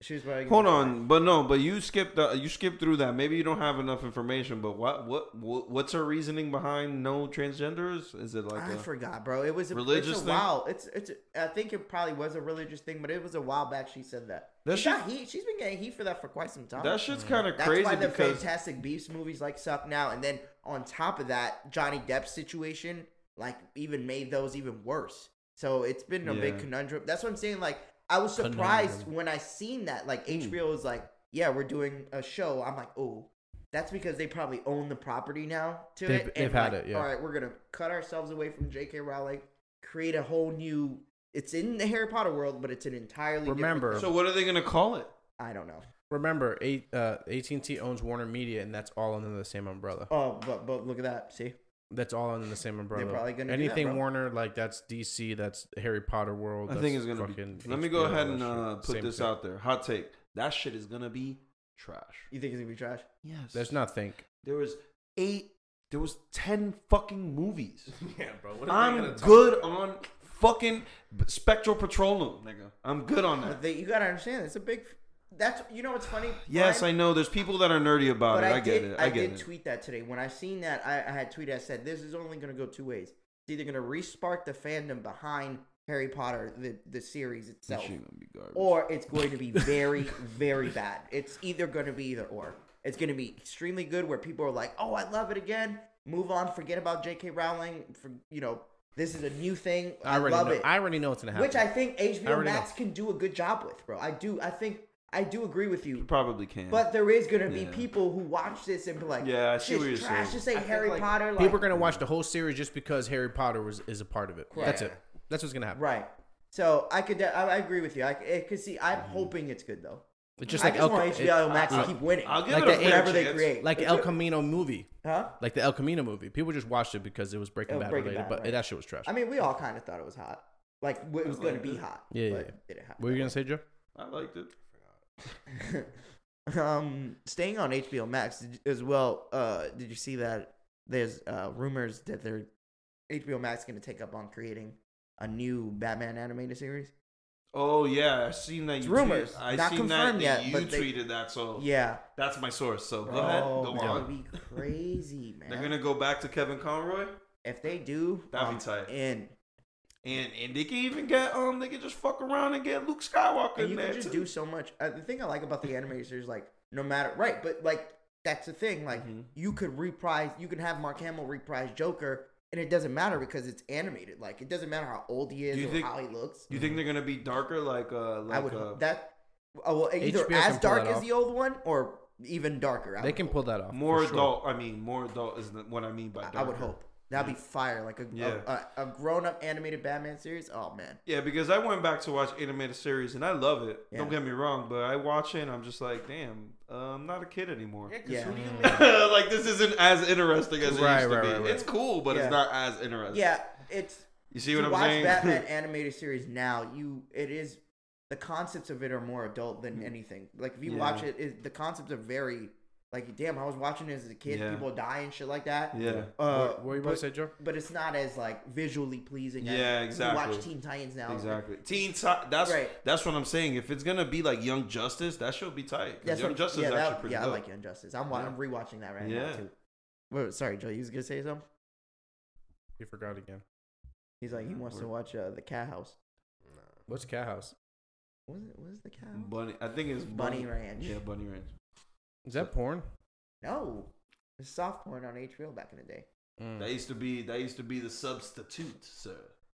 A: She's probably gonna
B: Hold
A: be
B: on, but no, but you skipped uh, you skipped through that. Maybe you don't have enough information. But what what, what what's her reasoning behind no transgenders? Is it like
A: fire. I
B: a,
A: forgot, bro. It was a religious it's
B: religious
A: a
B: thing?
A: While. It's it's. I think it probably was a religious thing, but it was a while back. She said that.
B: That
A: she
B: shit-
A: got heat. She's been getting heat for that for quite some time.
B: that shit's kind of
A: Mm. That's
B: crazy
A: why the
B: because
A: Fantastic Beasts movies like suck now. And then on top of that, Johnny Depp's situation like even made those even worse. So it's been a big
B: Yeah.
A: conundrum. That's what I'm saying. Like I was surprised
C: Conundrum. Hmm.
A: when I seen that. Like HBO was like, "Yeah, we're doing a show." I'm like, "Oh." That's because they probably own the property now to
C: They've-
A: it.
C: they've had
A: like,
C: it, yeah.
A: All right, we're gonna cut ourselves away from J.K. Rowling, create a whole new. It's in the Harry Potter world, but it's an entirely different-
C: Remember-
B: so what are they gonna call it?
A: I don't know.
C: Remember, eight, uh, AT&T owns Warner Media, and that's all under the same umbrella.
A: Oh, but but look at that. See,
C: That's all under the same umbrella.
A: probably gonna do that,
C: anything
A: bro.
C: Warner like that's DC, that's Harry Potter world.
B: I
C: that's
B: think it's gonna be.
C: fucking
B: Let me go
C: HBO,
B: ahead
C: that
B: and
C: shit.
B: uh, put
C: Same
B: this
C: thing.
B: out there. Hot take. That shit is gonna be trash.
A: you think it's gonna be trash?
B: Yes.
C: There's not think.
B: There was eight There was ten fucking movies.
D: yeah, bro. What
B: I'm good on fucking Spectral Petroleum, nigga. I'm good on that.
A: But they, you gotta understand, it's a big. That's you know what's funny.
B: Yes,
A: Mine-
B: I know. There's people that are nerdy about
A: But
B: it. I,
A: I,
B: get
A: did,
B: it.
A: I,
B: I, get
A: did
B: it.
A: tweet that today. When I seen that, I, I had tweet that said this is only going to go two ways. It's either going to respark the fandom behind Harry Potter the the series
B: That
A: itself,
B: shit gonna be garbage.
A: or it's going to be very very bad. It's either going to be either or. It's going to be extremely good where people are like, "Oh, I love it again." Move on, forget about J.K. Rowling. For you know, this is a new thing. I,
C: I already
A: love
C: know.
A: it
C: I already know it's gonna happen.
A: which I think
C: I
A: HBO
C: already know.
A: Max can do a good job with, bro. I do. I think I do agree with you.
B: you probably can.
A: But there is gonna be
B: Yeah.
A: people who watch this and be like,
B: Yeah, I see
A: "Shit's
B: what you're
A: trash.
B: saying.
A: Just say
D: I think,
A: Harry
D: like,
A: Potter." Like,
C: people are gonna watch the whole series just because Harry Potter was is a part of it. That's it.
D: Yeah.
C: That's what's gonna happen.
A: right. So I could. de- I, I agree with you. I it- could see. I'm hoping it's good though.
C: It's just
A: I
C: like
A: just
C: El,
A: want HBO Max
C: uh,
A: to keep winning.
B: I'll give
C: Like
B: it a
C: the-
B: fair
A: whatever they
B: chance.
A: create.
C: like El Camino movie,
A: huh?
C: like the El Camino movie. People just watched it because it was Breaking
A: It was
C: Bad
A: Breaking
C: related,
A: Bad,
C: but
A: right.
C: that shit was trash.
A: I mean, we all kind of thought it was hot. Like it was gonna be hot.
C: Yeah, yeah,
A: but
C: yeah.
A: It didn't happen
C: what were you
A: that
C: gonna
A: way.
C: say, Joe?
B: I liked it.
A: um, staying on HBO Max did you- as well. Uh, did you see that? There's uh, rumors that they're HBO Max going to take up on creating a new Batman animated series.
B: Oh yeah, I seen that.
A: It's
B: You
A: rumors.
B: Tweet. I
A: Not
B: seen
A: confirmed
B: that,
A: yet,
B: that You
A: but they-
B: tweeted that, so
A: Yeah, Oh,
B: that's my source. So go
A: Bro,
B: ahead, go
A: that
B: on.
A: would be crazy, man.
B: They're gonna go back to Kevin Conroy,
A: If they do,
B: That'd be
A: I'm
B: tight.
A: In
B: and and they can even get um they can just fuck around and get Luke Skywalker
A: and
B: in
A: you
B: there
A: can just
B: too.
A: do so much. Uh, the thing I like about the animated series, like no matter right, but like that's the thing. Like
B: Mhm.
A: you could reprise, you can have Mark Hamill reprise Joker, and it doesn't matter because it's animated. Like it doesn't matter how old he is
B: Do you
A: or
B: think-
A: how he looks.
B: you think they're gonna be darker like uh like
A: I would
B: uh,
A: hope that. Oh, well, either
C: HBO can
A: as
C: pull
A: dark
C: that
A: as
C: off.
A: the old one or even darker. I
C: They
A: would
C: can
A: hope.
C: pull that off.
B: more
C: for sure.
B: adult? I mean, more adult is the- what I mean by darker.
A: I I would hope that'd be fire. Like a
B: Yeah.
A: a, a, a grown up animated Batman series. Oh man,
B: Yeah, because I went back to watch animated series and I love it.
A: Yeah.
B: Don't get me wrong, but I watch it and I'm just like, damn, uh, I'm not a kid anymore.
D: Yeah, 'cause
A: Yeah.
D: who do you make?
B: like this isn't as interesting as it
C: Right,
B: used to
C: right,
B: be.
C: right, right.
B: It's cool, but
A: Yeah.
B: it's not as interesting.
A: yeah, it's
B: you see what
A: to
B: I'm
A: watch
B: saying?
A: Batman animated series now, you it is the concepts of it are more adult than anything. Like if you watch
B: Mm. Yeah.
A: it, it, the concepts are very like damn. I was watching it as a kid.
B: Yeah.
A: People die and shit like that.
B: yeah,
A: Uh,
C: what, what you about
A: but,
C: to say, Joe?
A: but it's not as like visually pleasing. as-
B: Yeah,
A: You
B: exactly.
A: watch Teen Titans now.
B: exactly. Teen, ti- that's
A: Right.
B: that's what I'm saying. If it's gonna be like Young Justice, that should be tight. 'cause
A: That's
B: Young
A: what,
B: Justice
A: yeah,
B: is
A: that-
B: actually pretty
A: yeah, I
B: dope.
A: like Young Justice. I'm, wa-
B: Yeah.
A: I'm rewatching that right now
B: Yeah.
A: too. Wait, sorry, Joe. You was gonna say something?
C: He forgot again.
A: He's like he wants to
B: Word.
A: watch uh, the Cat House.
C: What's Cat House?
A: What is, it, what is the Cat House?
B: Bunny, I think it's
A: Bunny Ranch.
B: Yeah, Bunny Ranch.
C: Is that porn?
A: No, it's soft porn on HBO back in the day.
C: Hmm.
B: That used to be that used to be the substitute, sir.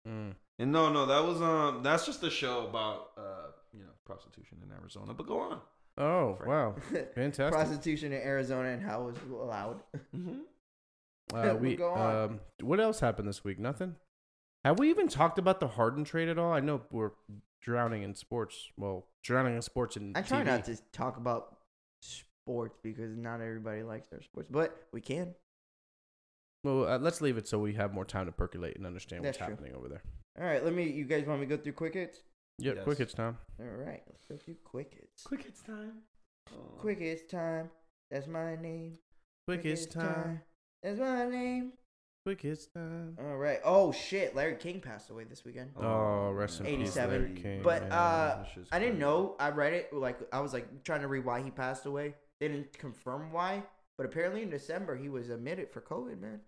C: Mm.
B: And no, no, that was um, that's just a show about uh, you know, prostitution in Arizona. But go on.
C: Oh wow, fantastic.
A: Prostitution in Arizona and how it was allowed.
B: Mm-hmm.
C: Uh,
A: We'll
C: we
A: go on.
C: um, what else happened this week? Nothing. Have we even talked about the Harden trade at all? I know we're drowning in sports. Well, drowning in sports and
A: I try
C: TV.
A: not to talk about sports because not everybody likes their sports, but we can.
C: Well, uh, let's leave it so we have more time to percolate and understand what's
A: That's true.
C: happening over there.
A: All right, let me. You guys want me to go through quick hits?
C: Yeah,
B: Yes.
C: quick, it's time.
A: All right, let's go through quick hits.
B: Quick hits time. Oh.
A: Quick hits time. That's my name.
C: Quick, it's
A: hits
C: time.
A: That's my name.
C: Quick, it's time.
A: All right. Oh shit, Larry King passed away this weekend.
C: Oh, rest in
A: peace, 87.
C: Larry King,
A: But
C: man.
A: uh,
B: That shit's
A: I didn't
B: crazy.
A: know. I read it like I was like trying to read why he passed away. They didn't confirm why, but apparently in December he was admitted for COVID, man.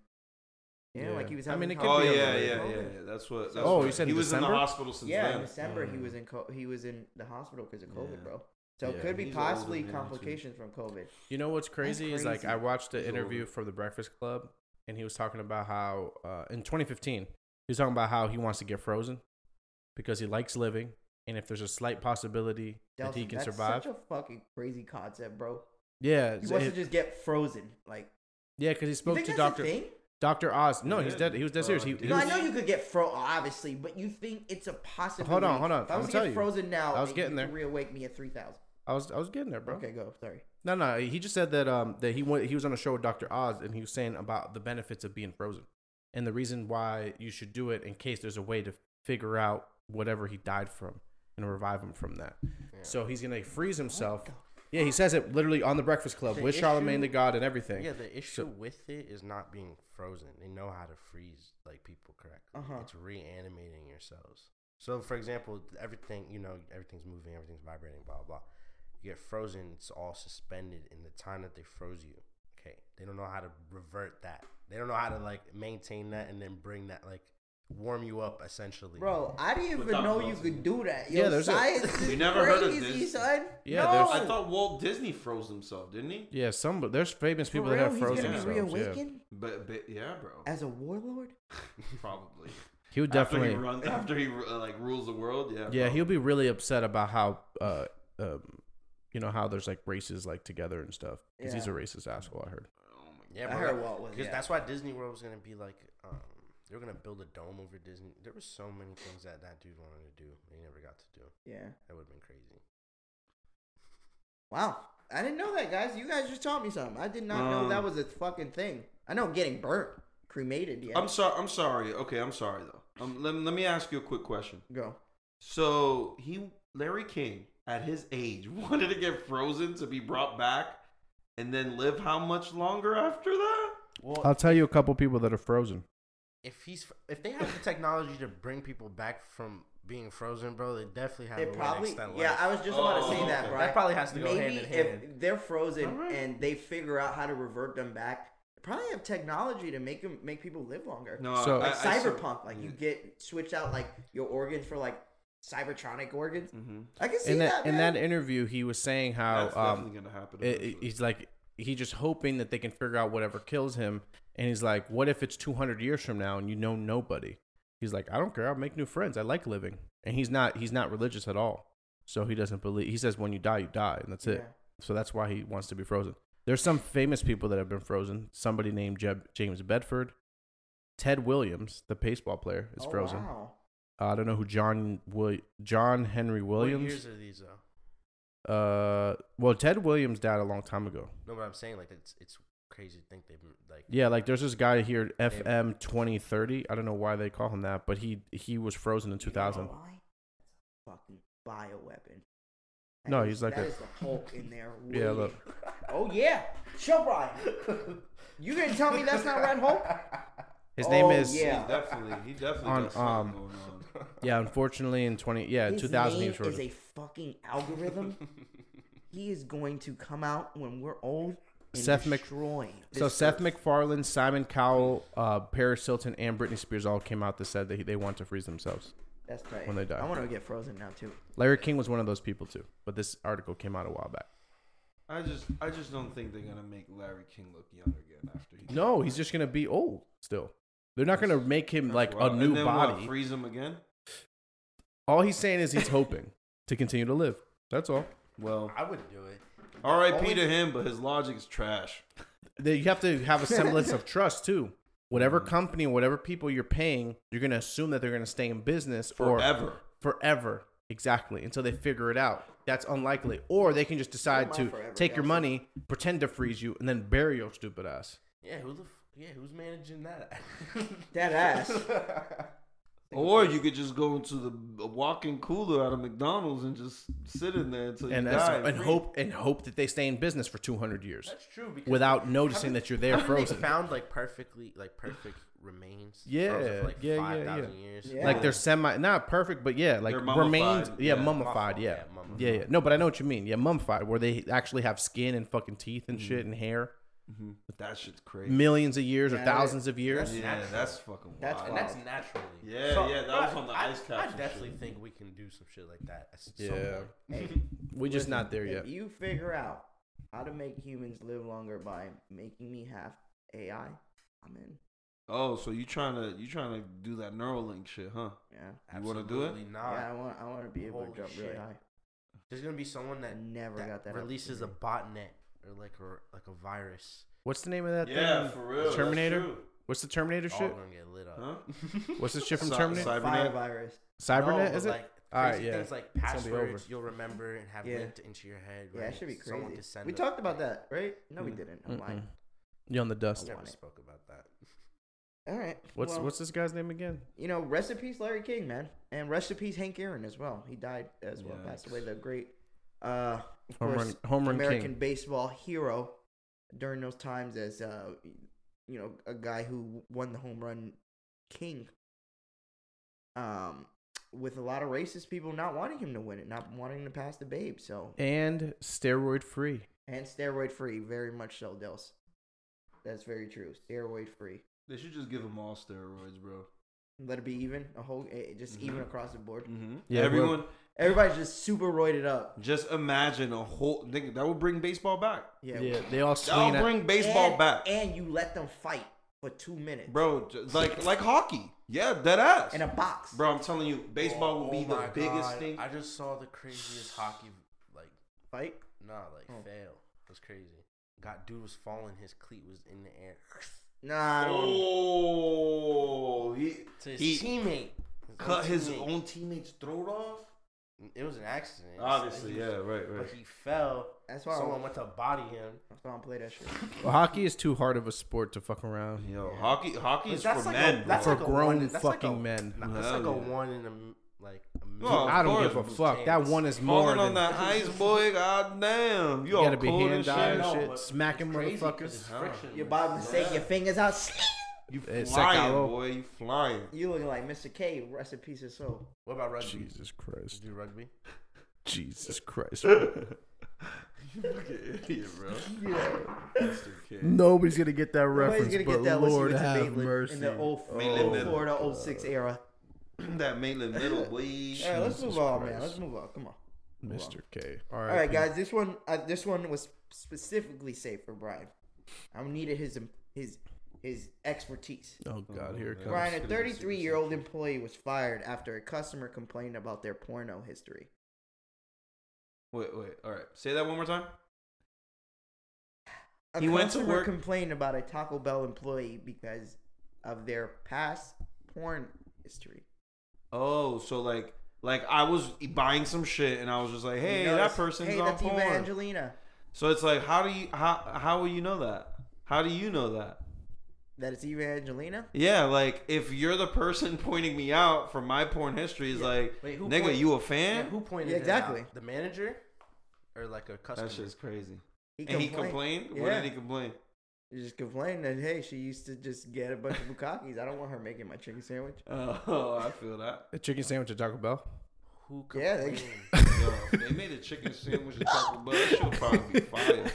A: Yeah, like
C: Yeah.
A: he was.
C: I
A: Having
C: mean, it could
B: Oh
C: be
B: yeah,
C: on
B: yeah,
C: the
B: yeah,
A: radio.
B: yeah. That's what. That's
C: Oh,
B: what-
C: you said
B: he
C: in
B: was in
C: December?
B: the hospital since
A: yeah, in
B: then.
A: December he
C: Mm.
A: was in co- he was in the hospital because of COVID,
B: Yeah.
A: bro. So it
C: Yeah,
A: could be
B: he's older
A: possibly
B: than me, too.
A: complications from COVID.
C: You know what's crazy, is like
A: crazy.
C: I watched the
B: He's
C: interview
B: older.
C: from the Breakfast Club, and he was talking about how uh, in 2015 he was talking about how he wants to get frozen because he likes living, and if there's a slight possibility that he
A: Delson,
C: can
A: that's
C: survive,
A: Such a fucking crazy concept, bro.
C: yeah,
A: He wants
C: it-
A: to just get frozen. Like
C: yeah, because he
A: you
C: spoke
A: think
C: to
A: that's a
C: Doctor
A: thing?
C: Doctor Oz. No,
B: Yeah.
C: he's dead. He was dead
B: Oh,
C: serious. He, he
B: dude.
A: No, I
C: was,
A: know you could get fro obviously, but you think it's a possibility.
C: Hold on, hold on.
A: If I
C: I'ma
A: was to
C: tell
A: get
C: you.
A: frozen now.
C: I was
A: it-
C: getting
A: you
C: there.
A: could Reawake me at three thousand.
C: I was I was getting there, bro.
A: Okay, go. Sorry.
C: No, no, he just said that um that he went he was on a show with Dr. Oz and he was saying about the benefits of being frozen and the reason why you should do it in case there's a way to figure
A: Oh
C: out whatever he died from and revive him from that. So he's gonna freeze himself. Yeah, he says it literally on the Breakfast Club
D: The
C: with Charlemagne
D: issue-
C: the God and everything.
D: Yeah, the issue with it is not being frozen. They know how to freeze like people correctly.
A: Uh-huh.
D: It's reanimating your cells. So, for example, everything you know, everything's moving, everything's vibrating, blah blah. blah. You get frozen; it's all suspended in the time that they froze you. Okay, they don't know how to revert that. They don't know how to like maintain that and then bring that like warm you up essentially.
A: Bro, I didn't even
B: Without
A: know you
B: melting.
A: could do that. Yo,
C: Yeah, there's a-
A: science is
B: You never heard of
A: crazy,
B: this?
A: son.
C: Yeah,
A: no.
C: there's-
B: I thought Walt Disney froze himself, didn't he?
C: Yeah, some but there's famous
A: For
C: people
A: real,
C: that have frozen
A: He's
C: themselves.
A: gonna be
C: yeah.
A: reawakened
B: But, but yeah, bro,
A: as a warlord.
B: probably.
C: He would definitely.
B: after he runs after he uh, like rules the world. Yeah,
C: yeah,
B: probably.
C: he'll be really upset about how, uh, um, you know how there's like races like together and stuff. Because he's a
A: Yeah.
C: racist asshole. I heard.
B: Oh my
D: Yeah,
A: I
D: bro.
A: heard Walt was,
D: Because
A: yeah.
D: that's why Disney World was gonna be like, um, they were gonna build a dome over Disney. There were so many things that that dude wanted to do, and he never got to do.
A: Yeah.
D: That would have been crazy.
A: Wow. I didn't know that, guys. You guys just taught me something. I did not know
B: Um,
A: that was a fucking thing. I know getting burnt, cremated. Yeah.
B: I'm sorry. I'm sorry. Okay, I'm sorry though. Um, let, let me ask you a quick question.
A: Go.
B: So he, Larry King, at his age, wanted to get frozen to be brought back, and then live how much longer after that?
D: Well,
C: I'll tell you a couple people that are frozen.
D: if he's if they have the technology to bring people back from being frozen, bro, they definitely have.
A: They
D: a way to
A: probably.
D: extend
A: Yeah,
D: life.
A: I was just about
B: Oh,
A: to say that,
B: okay.
A: bro.
D: That probably has to go
A: Maybe
D: hand in
A: if
D: hand.
A: they're frozen
B: Alright.
A: and they figure out how to revert them back, they probably have technology to make them make people live longer.
B: No,
C: So-
A: like
B: I- I-
A: cyberpunk, like you get switched out like your organs for like cybertronic organs.
B: Mhm.
A: I can see
C: Mm. In
A: that.
C: that in
A: man.
C: that interview, he was saying how
B: That's
C: um,
B: definitely gonna happen.
C: it, it-
B: eventually.
C: he's like he's just hoping that they can figure out whatever kills him and he's like what if it's 200 years from now and you know nobody he's like i don't care i'll make new friends i like living and he's not he's not religious at all so he doesn't believe he says when you die you die and that's it
A: Yeah.
C: so that's why he wants to be frozen there's some famous people that have been frozen somebody named Jeb, james bedford ted williams the baseball player is
A: Oh,
C: frozen
A: Wow.
C: uh, i don't know who john Will- john henry
D: What
C: williams
D: years are these though?
C: uh well ted williams died a long time ago
D: No, but I'm saying like it's it's crazy to think they've been, like.
C: Yeah, like there's this guy here, FM twenty thirty. I don't know why they call him that, but he he was frozen in two
A: You
C: thousand.
A: know why? That's a fucking bioweapon. That
C: No,
A: is-
C: he's like
A: that
C: a-
A: is the Hulk in there.
C: Yeah, look.
A: waiting. Oh yeah, show Brian. You gonna tell me that's not Red Hulk?
C: His
A: Oh,
C: name is yeah.
A: yeah.
B: He definitely, he definitely
C: On,
B: got something
C: um,
B: going on.
C: Unfortunately, in twenty yeah
A: His
C: Uh, two thousand he
A: name
C: was frozen.
A: is a fucking algorithm. he is going to come out when we're old. And
C: Seth Mac-
A: destroy
C: so
A: this
C: Seth
A: earth.
C: MacFarlane, Simon Cowell, uh, Paris Hilton, and Britney Spears all came out that said that they want to freeze themselves.
A: That's tight.
C: when they die.
A: I want to get frozen now too.
C: Larry King was one of those people too, but this article came out a while back.
B: I just, I just don't think they're gonna make Larry King look young again after he.
C: No, he's just gonna be old still. They're not gonna make him
B: That's
C: like
B: wild.
C: a
B: And
C: new
B: then what,
C: body.
B: freeze him again.
C: all he's saying is he's hoping to continue to live. That's all.
B: Well,
D: I would do it.
B: R.I.P.
D: Only-
B: to him, but his logic is trash.
C: that you have to have a semblance of trust too. Whatever company, whatever people you're paying, you're gonna assume that they're gonna stay in business
B: Forever.
C: or forever, exactly, until they figure it out. That's unlikely, or they can just decide
A: Am I
C: to
A: forever,
C: take your
A: guys?
C: money, pretend to freeze you, and then bury your stupid ass.
D: Yeah, who the f- yeah who's managing that?
A: That ass.
B: Or you could just go into the walk-in cooler at a McDonald's and just sit in there until
C: And
B: you
C: that's,
B: die.
C: and
B: Free.
C: hope and hope that they stay in business for 200 years
D: That's true. Because
C: without noticing that you're there
D: haven't they
C: frozen.
D: found like perfectly like perfect remains.
C: Yeah,
D: frozen for, like
C: yeah, yeah,
D: 5,000 Years.
A: Yeah.
C: Like they're semi, not perfect, but yeah, like
B: They're
C: remains,
B: mummified, yeah.
C: yeah, mummified,
D: Mummified,
C: yeah.
D: yeah, mummified.
C: yeah, yeah. No, but I know what you mean. Yeah, mummified, where they actually have skin and fucking teeth and shit and hair,
B: that shit's crazy.
C: millions of years or
A: Yeah,
C: thousands of years.
D: that's-
B: yeah, that's fucking wild.
A: That's
D: And that's naturally.
B: Yeah, yeah, that was on the
D: I,
B: ice
D: I-
B: caps
D: I
B: and
D: definitely
B: shit.
D: think we can do some shit like that. at some
C: Yeah.
D: point.
C: We're just not there
A: If
C: yet.
A: you figure out how to make humans live longer by making me half AI, I'm in.
B: oh, so you trying to you trying to do that Neuralink shit, huh?
A: Yeah.
B: You wanna do it?
D: Absolutely Not.
A: yeah, I want. I want to be able
D: Holy
A: to jump really
D: shit.
A: high.
D: There's gonna be someone
A: I
D: that
A: never
D: that,
A: got that.
D: releases a
A: opportunity.
D: botnet or like or like a virus.
C: What's the name of that
B: Yeah,
C: thing?
B: for real. that's
C: Terminator.
B: true.
C: What's the Terminator
D: All
C: shit?
D: gonna get lit up.
B: Huh?
C: What's the shit from
B: Cy-
C: Terminator?
B: Cybernet.
A: fire virus.
C: Cybernet
D: No,
C: is it?
D: but, Like,
C: All
D: crazy
C: right, yeah.
D: Things like
C: It's gonna be over.
D: passwords you'll remember and have
A: Yeah.
D: linked into your head.
A: Yeah,
D: right?
A: that should be
D: Someone
A: crazy.
D: to send
A: We
D: a-
A: talked about that, right? No, we
B: Mm.
A: didn't. I'm lying.
C: Mm-mm. You on the
D: I
C: dust?
D: never
A: it.
D: spoke about that.
A: All right.
C: What's
A: well,
C: what's this guy's name again?
A: you know? Rest in peace, Larry King, man, and rest in peace, Hank Aaron as well. He died as well.
B: Yeah.
A: Passed away. The great Uh, of
C: Home
A: course,
C: run, home run
A: American
C: king.
A: baseball hero during those times as uh, you know a guy who won the home run king. Um, with a lot of racist people not wanting him to win it, not wanting him to pass the babe. So
C: and steroid free.
A: and steroid free, very much so, Dels. That's very true. Steroid free.
B: They should just give them all steroids, bro.
A: Let it be even a whole, eh, just even
B: Mhm.
A: across the board.
B: Mm-hmm.
C: Yeah, bro.
B: Everyone,
A: Everybody's just super roided up.
B: just imagine a whole thing that would bring baseball back.
A: Yeah,
C: yeah, they all
B: That'll
C: swing. At,
B: bring baseball
A: and,
B: back,
A: And you let them fight for two minutes,
B: bro. ju- Like like hockey. Yeah, dead ass.
A: in a box,
B: bro, I'm telling you, baseball will
D: Oh
B: be
D: my
B: the biggest
D: God,
B: thing.
D: I just saw the craziest hockey like
A: Fight.
D: nah like
A: Oh.
D: fail. It was crazy. Got dude was falling, his cleat was in the air.
A: Nah, I don't-
B: Oh, he,
D: To his
B: he
D: teammate. own
B: cut his
D: teammate.
B: own teammate's throat off.
D: It was an accident.
B: Obviously,
D: He was-
B: yeah, right,
D: But
B: right.
D: he fell.
A: That's why I
D: someone
A: was-
D: went to body him.
A: I don't play that shit.
C: Well, hockey is too hard of a sport to fuck around.
B: Yo, hockey, hockey
D: But
B: is for men.
D: a,
B: bro.
D: that's
C: For
D: like a
C: grown
D: one, that's like
C: fucking
D: a-
C: men.
D: nah, that's
B: Hell
D: like a
B: yeah.
D: one in a m- like a
B: Oh,
D: million.
C: I don't
B: course,
C: give a
B: Blue
C: fuck. That
D: Jays.
C: one is more
B: Falling
C: than
B: on that ice, boy. God damn, you,
C: You
B: all
C: gotta be
B: cold
C: hand
B: and
C: eye
B: shit.
C: and
D: No,
C: shit,
D: but
C: smacking
D: Crazy 'cause it's
C: motherfuckers.
B: Huh.
D: friction.
A: You're about to say your fingers out.
B: You
C: It's
B: flying,
C: Sakalo.
B: boy. You flying.
A: You looking like Mr. K, rest in peace of soul.
D: What about rugby?
C: Jesus
D: Did
C: Christ!
D: you do rugby?
C: Jesus Christ!
B: You fucking idiot, bro. Mr. K.
C: Nobody's gonna get that reference,
A: Nobody's gonna get
C: but
A: that
C: Lord
A: unless you went to
C: have
A: Maitland
C: mercy. Oh,
A: in the
B: Oh,
A: old,
B: Maitland
A: old
B: Middle.
A: Florida, old six era.
B: that Maitland middle, boy.
A: All right, let's move
C: Jesus
A: on, man.
C: Christ.
A: Let's move on. Come on.
C: Mr. K. All
A: All right, guys. This one, uh, this one was specifically saved for Brian. I needed his his his expertise.
C: Oh God, here it comes.
A: Brian, a
B: gonna be
A: 33 year old employee was fired after a customer complained about their porno history.
B: Wait, wait. All right. Say that one more time.
A: A
B: He
A: customer
B: went to work-
A: complained about a Taco Bell employee because of their past porn history.
B: Oh, so like, like I was e, buying some shit, and I was just like,
A: You
B: hey, that
A: notice,
B: person's
A: hey,
B: on
A: that's
B: porn.
A: Evangelina.
B: So it's like, how do you how how will you know that? How do you know that?
A: That it's Evangelina.
B: Yeah, like if you're the person pointing me out from my porn history, is
D: Yeah.
B: like,
D: Wait, who
B: nigga,
D: point-
B: you a
D: Yeah,
B: fan?
D: who pointed
A: Yeah,
D: it out?
A: exactly.
D: The manager, or like a customer?
B: That shit's crazy.
A: He
B: and he complained. What
A: Yeah.
B: did he complain?
A: He just complained that hey, she used to just get a bunch of bukkakis. I don't want her making my chicken sandwich.
B: Oh, I feel that.
C: A chicken sandwich at Taco Bell.
D: Who
A: Yeah, they-
D: complained?
B: Yo, if they made a chicken sandwich and Taco Bell. That shit would probably be fire.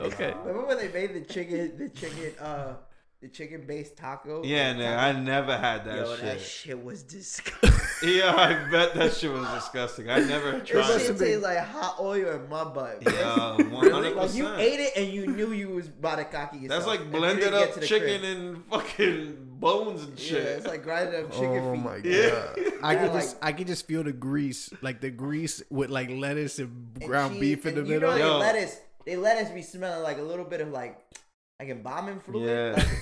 C: okay.
A: Remember when they made the chicken, the chicken, uh, the chicken based taco?
B: Yeah, nigga, I never had that
A: Yo,
B: shit.
A: that shit was disgusting.
B: Yeah, I bet that shit was disgusting. I never
A: It
B: tried
A: shit
B: it.
A: tastes like hot oil in my butt. bro.
B: Yeah,
A: Like you
B: 100%.
A: ate it and you knew you was about to cocky yourself.
B: That's
A: if
B: like
A: you
B: blended
A: didn't get
B: up
A: to the
B: chicken
A: crib.
B: and fucking bones and
A: Yeah,
B: shit.
A: it's like grinding up chicken
C: Oh
A: feet.
C: my god!
B: Yeah.
C: I
A: Yeah,
C: can
A: like-
C: just I can just feel the grease, like the grease with like lettuce and
A: And
C: ground
A: cheese,
C: beef in the
A: and you know
C: middle.
A: they
B: Yo.
A: let us, they let us be smelling like a little bit of like, like embalming fluid.
B: Yeah.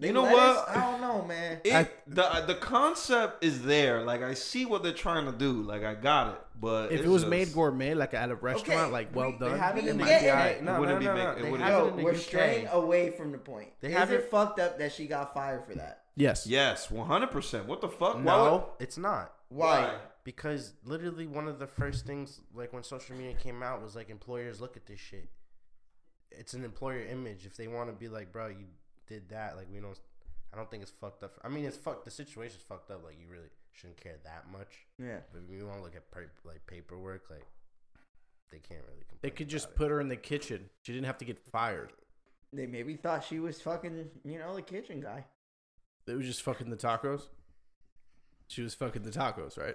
A: Like,
B: you know
A: lettuce?
B: what?
A: I don't know, man.
B: It,
C: I-
B: the the concept is there. Like I see what they're trying to do. Like I got it. But
C: if
B: it's
C: it was
B: just-
C: made gourmet, like at a restaurant,
A: Okay,
C: like well
A: we-
C: done,
D: They have it
A: We
D: in the
A: get it.
D: UK. No,
B: It wouldn't be
D: no, no,
B: make-
D: no.
B: it
D: They
B: wouldn't-
D: have it
A: Yo,
D: in the
A: we're
D: UK.
A: straying away from the point.
D: They
A: Is
D: have
A: it
D: it-
A: fucked up that she got fired for that?
C: yes,
B: Yes, one hundred percent. What the fuck? Why would-
D: No, it's not.
A: Why?
D: Because literally one of the first things, like when social media came out, was like employers look at this shit. It's an employer image. If they want to be like, bro, you did that, like we don't. I don't think it's fucked up. I mean, it's fucked. The situation's fucked up. Like you really shouldn't care that much.
A: Yeah.
D: But if you want to look at per- like paperwork, like they can't really. Complain
C: they could
D: about
C: just
D: it.
C: put her in the kitchen. She didn't have to get fired.
A: They maybe thought she was fucking, you know, the kitchen guy.
C: It was just fucking the tacos. She was fucking the tacos, right?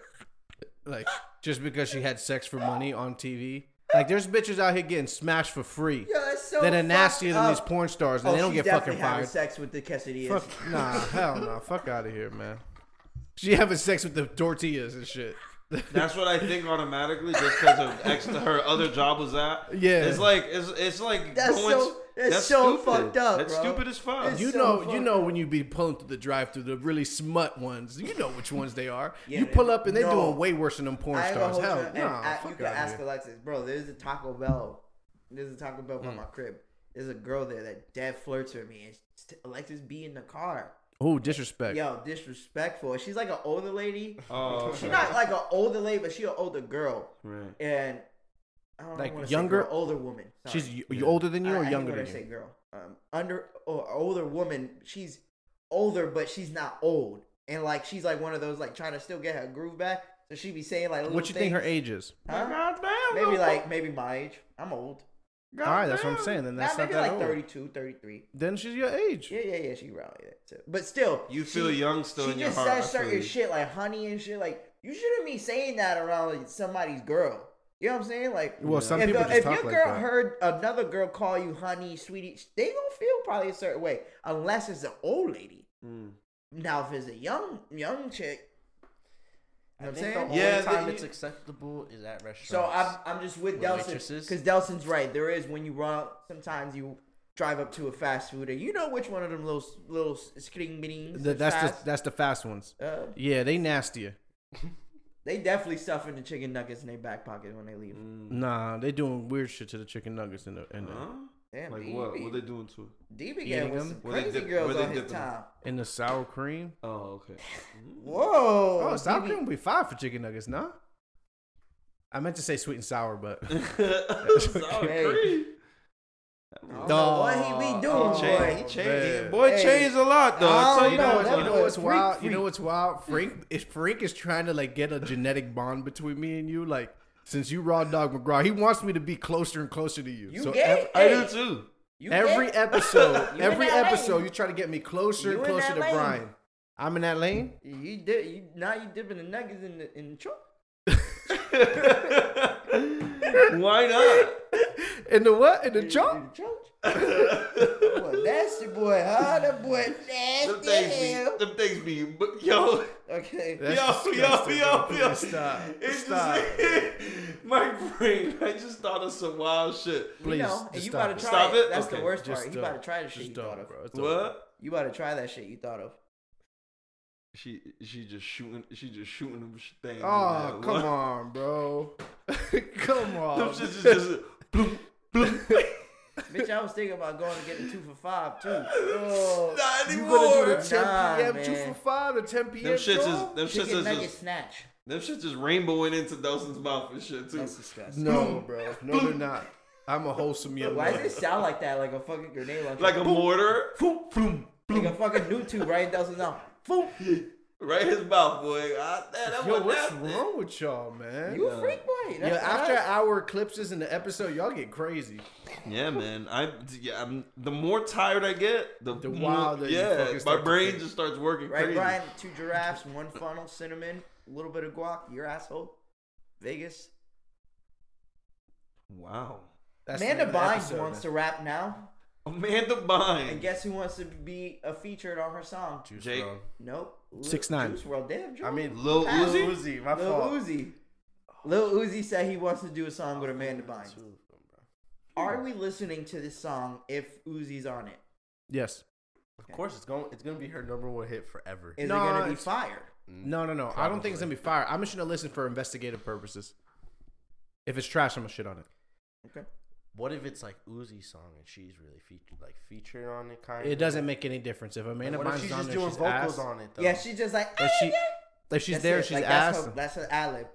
C: Like just because she had sex for money on TV. Like there's bitches out here getting smashed for free
A: Yeah, that's so.
C: that are
A: fucked
C: nastier than
A: up.
C: these porn stars, and
A: Oh,
C: they don't
A: she
C: get
A: definitely
C: fucking
A: having
C: fired.
A: sex with the quesadillas.
C: Fuck nah, hell no, fuck out of here, man. She having sex with the tortillas and shit.
B: That's what I think automatically, just because of ex her other job was that.
C: Yeah.
B: it's like it's it's like
A: That's so- that's so fucked up,
B: That's
A: bro.
B: stupid as fuck.
A: It's
C: you
A: so
C: know, you
A: fucked
C: know
A: up.
C: when you be pulling through the drive-through, the really smut ones. You know which ones they are.
A: Yeah,
C: you pull up and they're
A: no.
C: doing way worse than them porn
A: I have a
C: stars.
A: whole
C: Hell,
A: and
C: nah,
A: I-
C: fuck
A: you can
C: outta
A: ask
C: here.
A: Alexis, bro. There's a Taco Bell. There's a Taco Bell by
C: Hmm.
A: my crib. There's a girl there that dead flirts with me, and she- Alexis be in the car.
C: Oh, disrespect.
A: Yo, disrespectful. She's like an older lady.
B: oh,
A: She's
B: okay.
A: not like an older lady, but she an older girl.
B: right.
A: And I don't
C: Like,
A: wanna say
C: younger-
A: girl, older woman. Sorry.
C: She's y-
B: Yeah.
C: older than you
A: I-
C: or
A: I hate
C: younger
A: when
C: than
A: I
C: you?
A: say girl. Um, under or older woman, she's older, but she's not old, and like she's like one of those like trying to still get her groove back. So she be saying like little
C: What you think her
A: things.
C: age is?
A: Huh?
B: God damn.
A: Maybe like maybe my age. I'm old.
C: All right, that's what I'm saying. Then
A: Nah,
C: that's not
A: maybe
C: that
A: like
C: old.
A: 32, 33.
C: Then she's your age.
A: Yeah, yeah, yeah. She around that too. But still,
B: You feel young still
A: She
B: in your
A: just
B: heart. I
A: says
B: feel
A: certain
B: you.
A: shit like honey and shit. Like you shouldn't be saying that around somebody's girl. You know what I'm saying? Like
C: Well, some
A: if,
C: people
A: uh,
C: just
A: if
C: talk
A: your
C: like
A: girl
C: that.
A: heard another girl call you honey, sweetie, they gonna feel probably a certain way, unless it's an old lady.
B: Mm.
A: Now, if it's a young young chick, you know what I'm
D: think the
A: saying.
D: only
B: Yeah,
D: time
B: that
D: it's
B: you-
D: acceptable is at restaurants.
A: So I'm I'm just with
D: With
A: Delson
D: waitresses?
A: because Delson's right. There is when you run out, sometimes you drive up to a fast food and you know which one of them little little skinny beans.
C: Th- that's the that's the fast ones.
A: uh,
C: Yeah, they nastier.
A: They definitely stuffing the chicken nuggets in their back pocket when they leave.
B: Mm.
C: Nah, they doing weird shit to the chicken nuggets in the in the,
A: Uh-huh.
B: Huh?
A: Damn,
B: Like
A: DB.
B: what? What they doing to it?
A: DB
C: Eating
A: got with
C: them?
A: some
B: Where they
A: crazy
B: dip-
A: girls
B: where they
A: on his
B: dipping them?
A: time.
C: in the sour cream.
B: Oh, okay.
A: Whoa!
C: Oh, sour
A: DB
C: cream would be fine for chicken nuggets, nah. I meant to say sweet and sour, but
B: Sour
A: Hey.
B: cream.
A: I don't know what he be doing,
B: Oh,
A: boy.
B: change, he changed.
C: man.
B: Boy
A: Hey.
B: changed a lot though.
A: I
B: I tell
A: don't
B: you
A: know,
B: know,
A: Oh, that
C: you know
A: boy-
C: what's
A: freak,
C: wild? You
A: freak.
C: know what's wild? Frank is Frank is trying to like get a genetic bond between me and you. Like since you raw dog McGraw, he wants me to be closer and closer to you.
A: You
C: so
A: gay?
C: ev-
B: I do
A: Hey.
B: too.
A: You
C: every
A: get-
C: episode,
A: You in
C: every
A: that
C: episode,
A: lane.
C: you try to get me closer
A: You
C: and
A: in
C: closer
A: that
C: to
A: lane.
C: Brian. I'm in that lane.
A: you dip, you now you dipping the nuggets in the in the truck.
B: Why not?
C: In the what? In the
A: In-
C: jump?
A: in the trunk. boy, nasty boy, huh? That boy
B: Them
A: nasty.
B: things
A: hell.
B: be, them things be, but yo,
A: Okay.
C: That's
B: yo, yo,
C: disgusting,
B: yo,
C: bro.
B: yo.
C: Please stop.
B: It's
C: Stop.
B: just my brain. I just thought of some wild shit.
A: you
C: Please,
A: know, and
C: just
A: you
C: stop
A: about
C: it.
A: to try
B: Stop
A: it.
B: it?
A: That's
B: Okay,
A: the worst
C: Just
A: part. You
C: don't.
A: about to try the shit
C: Just
A: you thought
C: don't,
A: of.
C: bro. It's over.
B: What?
A: You about to try that shit you thought of.
B: She she just shooting. She just shooting them sh- things.
C: Oh, come on, bro. come
B: Them
C: on.
B: shits is just bloop, bloop.
A: Bitch, I was thinking about going to get the two for five too. Oh.
B: Not
C: You
B: anymore.
C: gonna do the
B: them
C: 10
A: Nah,
C: p.m. two
A: man.
C: for five or 10 p.m.
B: shits is
C: draw?
B: them shits
A: Chicken
B: is
A: nugget
B: just
A: snatch.
B: them shits is rainbowing into Delson's mouth and shit too.
A: That's disgusting.
C: No, bro. No, they're not. I'm a wholesome young
A: Why
C: man.
A: does it sound like that? Like a fucking grenade launcher.
B: Like a mortar,
A: Foom, floom, floom. Like a fucking new tube right down the mouth. Foom.
B: right in his mouth, boy. God, damn, that
C: Yo,
B: was
C: what's
B: nasty.
C: wrong with y'all, man?
A: You a freak boy.
C: Yo,
A: That's
C: after
A: us.
C: our eclipses in the episode, y'all get crazy.
B: Yeah, man. I yeah. I'm, the more tired I get, the,
C: The
B: more-
C: wilder you
B: Yeah,
C: fucking
B: my
C: start to
B: brain
C: think.
B: just starts working
A: Right,
B: crazy.
A: Brian? Two giraffes, one funnel, cinnamon, a little bit of guac, your asshole. Vegas.
B: Wow.
C: That's the
A: Amanda
C: name of the
A: Bynes
C: episode,
A: wants
C: man.
A: to rap now.
B: Amanda
A: And
B: Bynes.
A: guess who wants to be a featured on her song?
D: Juice
B: Jake.
D: WRLD.
A: Nope. Lil-
C: 6ix9ine.
A: Juice World. Damn, Juice.
D: I mean,
B: Lil
A: Pat.
B: Uzi.
D: Uzi, my
A: Lil
D: fault.
A: Uzi. Lil Uzi said he wants to do a song with Amanda Bynes. Are we listening to this song if Uzi's on it?
C: Yes.
D: Of course, it's going. It's gonna be her number one hit forever.
A: Is
C: No,
A: it gonna be
C: it's-
A: fire?
B: Mm.
C: No, no, no. I don't think it's gonna be fire. I'm just gonna listen for investigative purposes. If it's trash, I'm gonna shit on it.
A: Okay.
D: What if it's like Uzi's song and she's really featured, like featured on it, kind of?
C: It doesn't make any difference if Amanda
D: What if
C: Bynes
D: she's
C: is on
D: just
C: there.
D: doing
C: She's
D: vocals
C: ass.
D: on it though?
A: Yeah, she's just like.
C: If she, if she's
A: That's
C: there,
A: it.
C: she's
A: Like,
C: ass.
A: That's her, that's her ad lib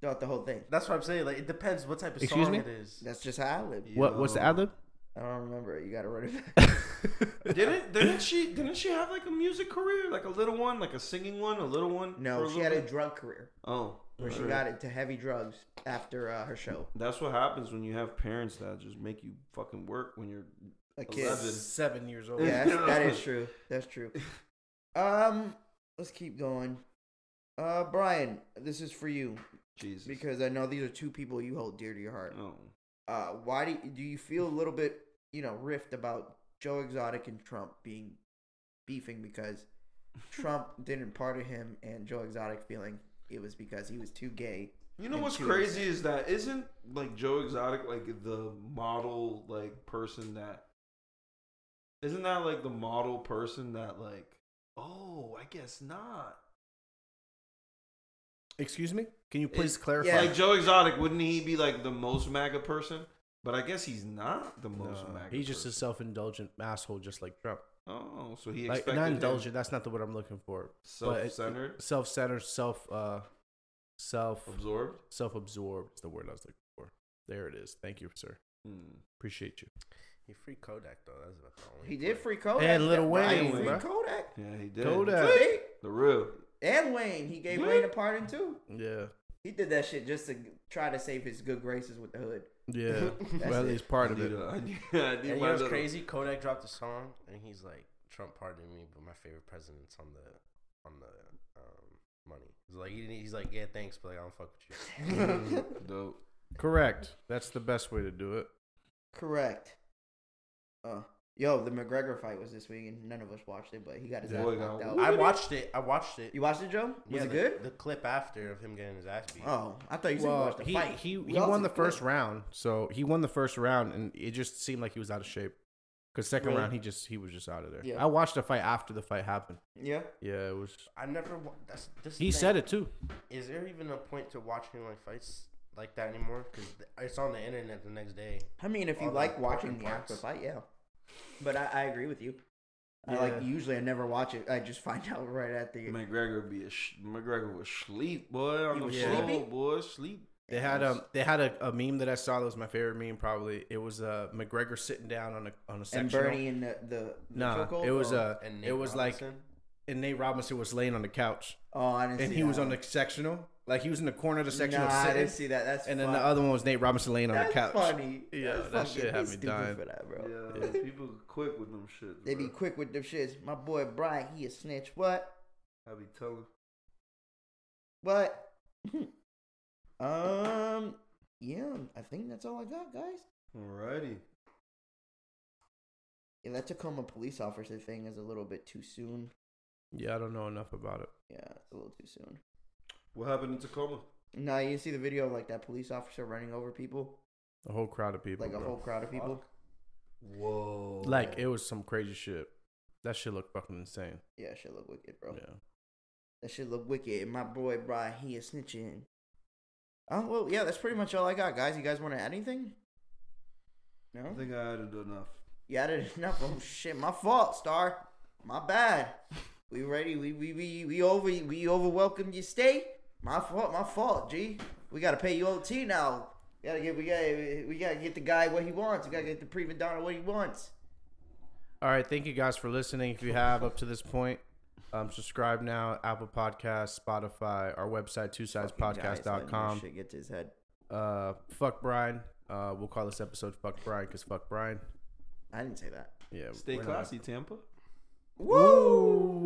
A: throughout the whole thing.
D: That's what I'm saying. Like, it depends what type of
C: Excuse
D: song
C: me?
D: it is.
A: That's just her ad lib.
C: What? What's the ad lib?
A: I don't remember it. You gotta run it back.
B: Didn't didn't she didn't she have like a music career, like a little one, like a singing one, a little one? for
A: No,
B: a
A: she
B: little
A: had a
B: bit?
A: drug career
B: oh,
A: where she
B: alright.
A: got into heavy drugs after uh, her show.
B: That's what happens when you have parents that just make you fucking work when you're.
A: A kid.
B: Eleven.
C: Seven years old.
A: Yeah, that's, that is true. That's true. Um, let's keep going. Uh, Brian, this is for you
B: Jesus.
A: because I know these are two people you hold dear to your heart.
B: Oh.
A: Uh, why do you, do you feel a little bit, you know, rift about Joe Exotic and Trump being beefing because Trump didn't pardon him and Joe Exotic feeling it was because he was too gay.
B: You know
A: and
B: what's
A: too
B: crazy is that isn't like Joe Exotic like the model like person that isn't that like the model person that like oh I guess not
C: Excuse me. Can you please clarify?
A: Yeah.
B: like Joe Exotic wouldn't he be like the most MAGA person but I guess he's not the
C: No,
B: most MAGA
C: he's just a
B: person.
C: self-indulgent asshole, just like Trump.
B: oh so he
C: Like
B: expected
C: not
B: him
C: indulgent. That's not the word I'm looking for. but it-
B: self-centered
C: Self-centered, self, uh, self,
B: absorbed
C: self-absorbed is the word I was looking for. There it is. Thank you, sir.
B: Hmm.
C: Appreciate you.
D: He free Kodak though. That's about the only.
A: He did
D: play.
A: free Kodak.
C: And Lil
A: Right,
B: Wayne,
A: free
C: bruh.
A: Kodak.
B: Yeah, he did.
C: Kodak.
A: See?
B: The real.
A: And Wayne, he gave
B: Yeah.
A: Wayne a pardon too.
C: Yeah.
A: He did that shit just to try to save his good graces with the hood.
C: Yeah. well, at
A: it.
C: least part
B: I
C: of
B: need,
C: it.
B: a, I need, I need
D: And you
B: my
D: know what's
B: little-
D: crazy? Kodak dropped a song, and he's like, "Trump pardoned me, but my favorite president's on the on the um, money." He's like, he didn't, he's like, "Yeah, thanks, but like, I don't fuck with you."
B: Dope.
C: Correct. That's the best way to do it.
A: Correct. Uh, yo, the McGregor fight was this week, and none of us watched it, but he got his
B: Yeah.
A: ass
B: Boy,
A: knocked
B: got
A: out.
B: whooped.
D: I watched it. I watched it.
A: You watched it, Joe? Was
D: Yeah,
A: it
D: the-
A: good?
D: The clip after of him getting his ass beat.
A: Oh, I thought you said you
C: Well,
A: watched the
C: he,
A: fight.
C: he,
A: We
C: he
A: all
C: won
A: said
C: the
A: good.
C: first round, so he won the first round, and it just seemed like he was out of shape. Cause second
A: Really?
C: round, he just he was just out of there.
A: Yeah.
C: I watched the fight after the fight happened.
A: Yeah.
C: Yeah, it was.
D: I never. Wa- that's this.
C: He said it too.
D: Is there even a point to watching like fights like that anymore? Because it's on the internet the next day.
A: I mean, if you
D: All the
A: like watching
D: important
A: the after
D: parts.
A: fight, yeah. But I, I agree with you. I like
C: Yeah.
A: usually I never watch it. I just find out right at the
B: McGregor be a sh- McGregor was sleep boy on
A: He
B: the
A: was
B: floor,
A: sleepy?
B: boy sleep.
C: They had um they had a, a meme that I saw that was my favorite meme probably. It was uh McGregor sitting down on a on a
A: and
C: sectional.
A: Bernie and the the, the
C: Nah,
A: chokehold, Oh.
C: it was
A: or-
C: uh
D: And
C: it
D: Nate
C: was like
D: Robinson?
C: and Nate Robinson was laying on the couch
A: oh I didn't
C: and
A: see
C: he
A: that
C: was on
A: one.
C: the sectional like he was in the corner of the sectional
A: Nah, I
C: sitting
A: didn't see that. That's
C: and
A: fun.
C: then the other one was Nate Robinson laying on
A: That's
C: the couch.
A: funny.
C: Yeah,
A: That's
C: that
A: fucking-
C: shit had
A: they
C: me
A: stupid
C: dying.
A: For that, bro.
B: Yeah, people quick with them shit.
A: They be
B: bro.
A: quick with them shits. My boy Brian, he a snitch. What?
B: I be telling.
A: But um, yeah, I think that's all I got, guys.
B: Alrighty.
A: Yeah, that Tacoma police officer thing is a little bit too soon.
C: Yeah, I don't know enough about it.
A: Yeah, it's a little too soon.
B: What happened in Tacoma?
A: Now you see the video of like that police officer running over people,
C: A whole crowd of people.
A: like a
C: bro.
A: whole crowd of people.
B: Whoa.
C: Like it was some crazy shit. That shit looked fucking insane.
A: Yeah, shit look wicked, bro.
C: Yeah.
A: That shit look wicked. And my boy Brian, he is snitching. Oh well, yeah, that's pretty much all I got, guys. You guys want to add anything?
B: I
A: No.
B: think I added enough.
A: Yeah, I did enough. Oh shit, my fault, Star. My bad. We ready? We we we we over we over welcomed you. Stay. My fault. My fault. G. We gotta pay you OT now. We gotta get we gotta we gotta get the guy what he wants. We gotta get the pre-Madonna what he wants.
C: All right, thank you guys for listening. If you have up to this point, um, subscribe now, Apple Podcasts, Spotify, our website, twosidespodcast.com.
A: Shit get to his head.
C: Uh, fuck Brian. Uh, we'll call this episode "Fuck Brian" because fuck Brian.
A: I didn't say that.
C: Yeah,
B: Stay
C: we're not-
B: classy, Tampa.
A: Woo!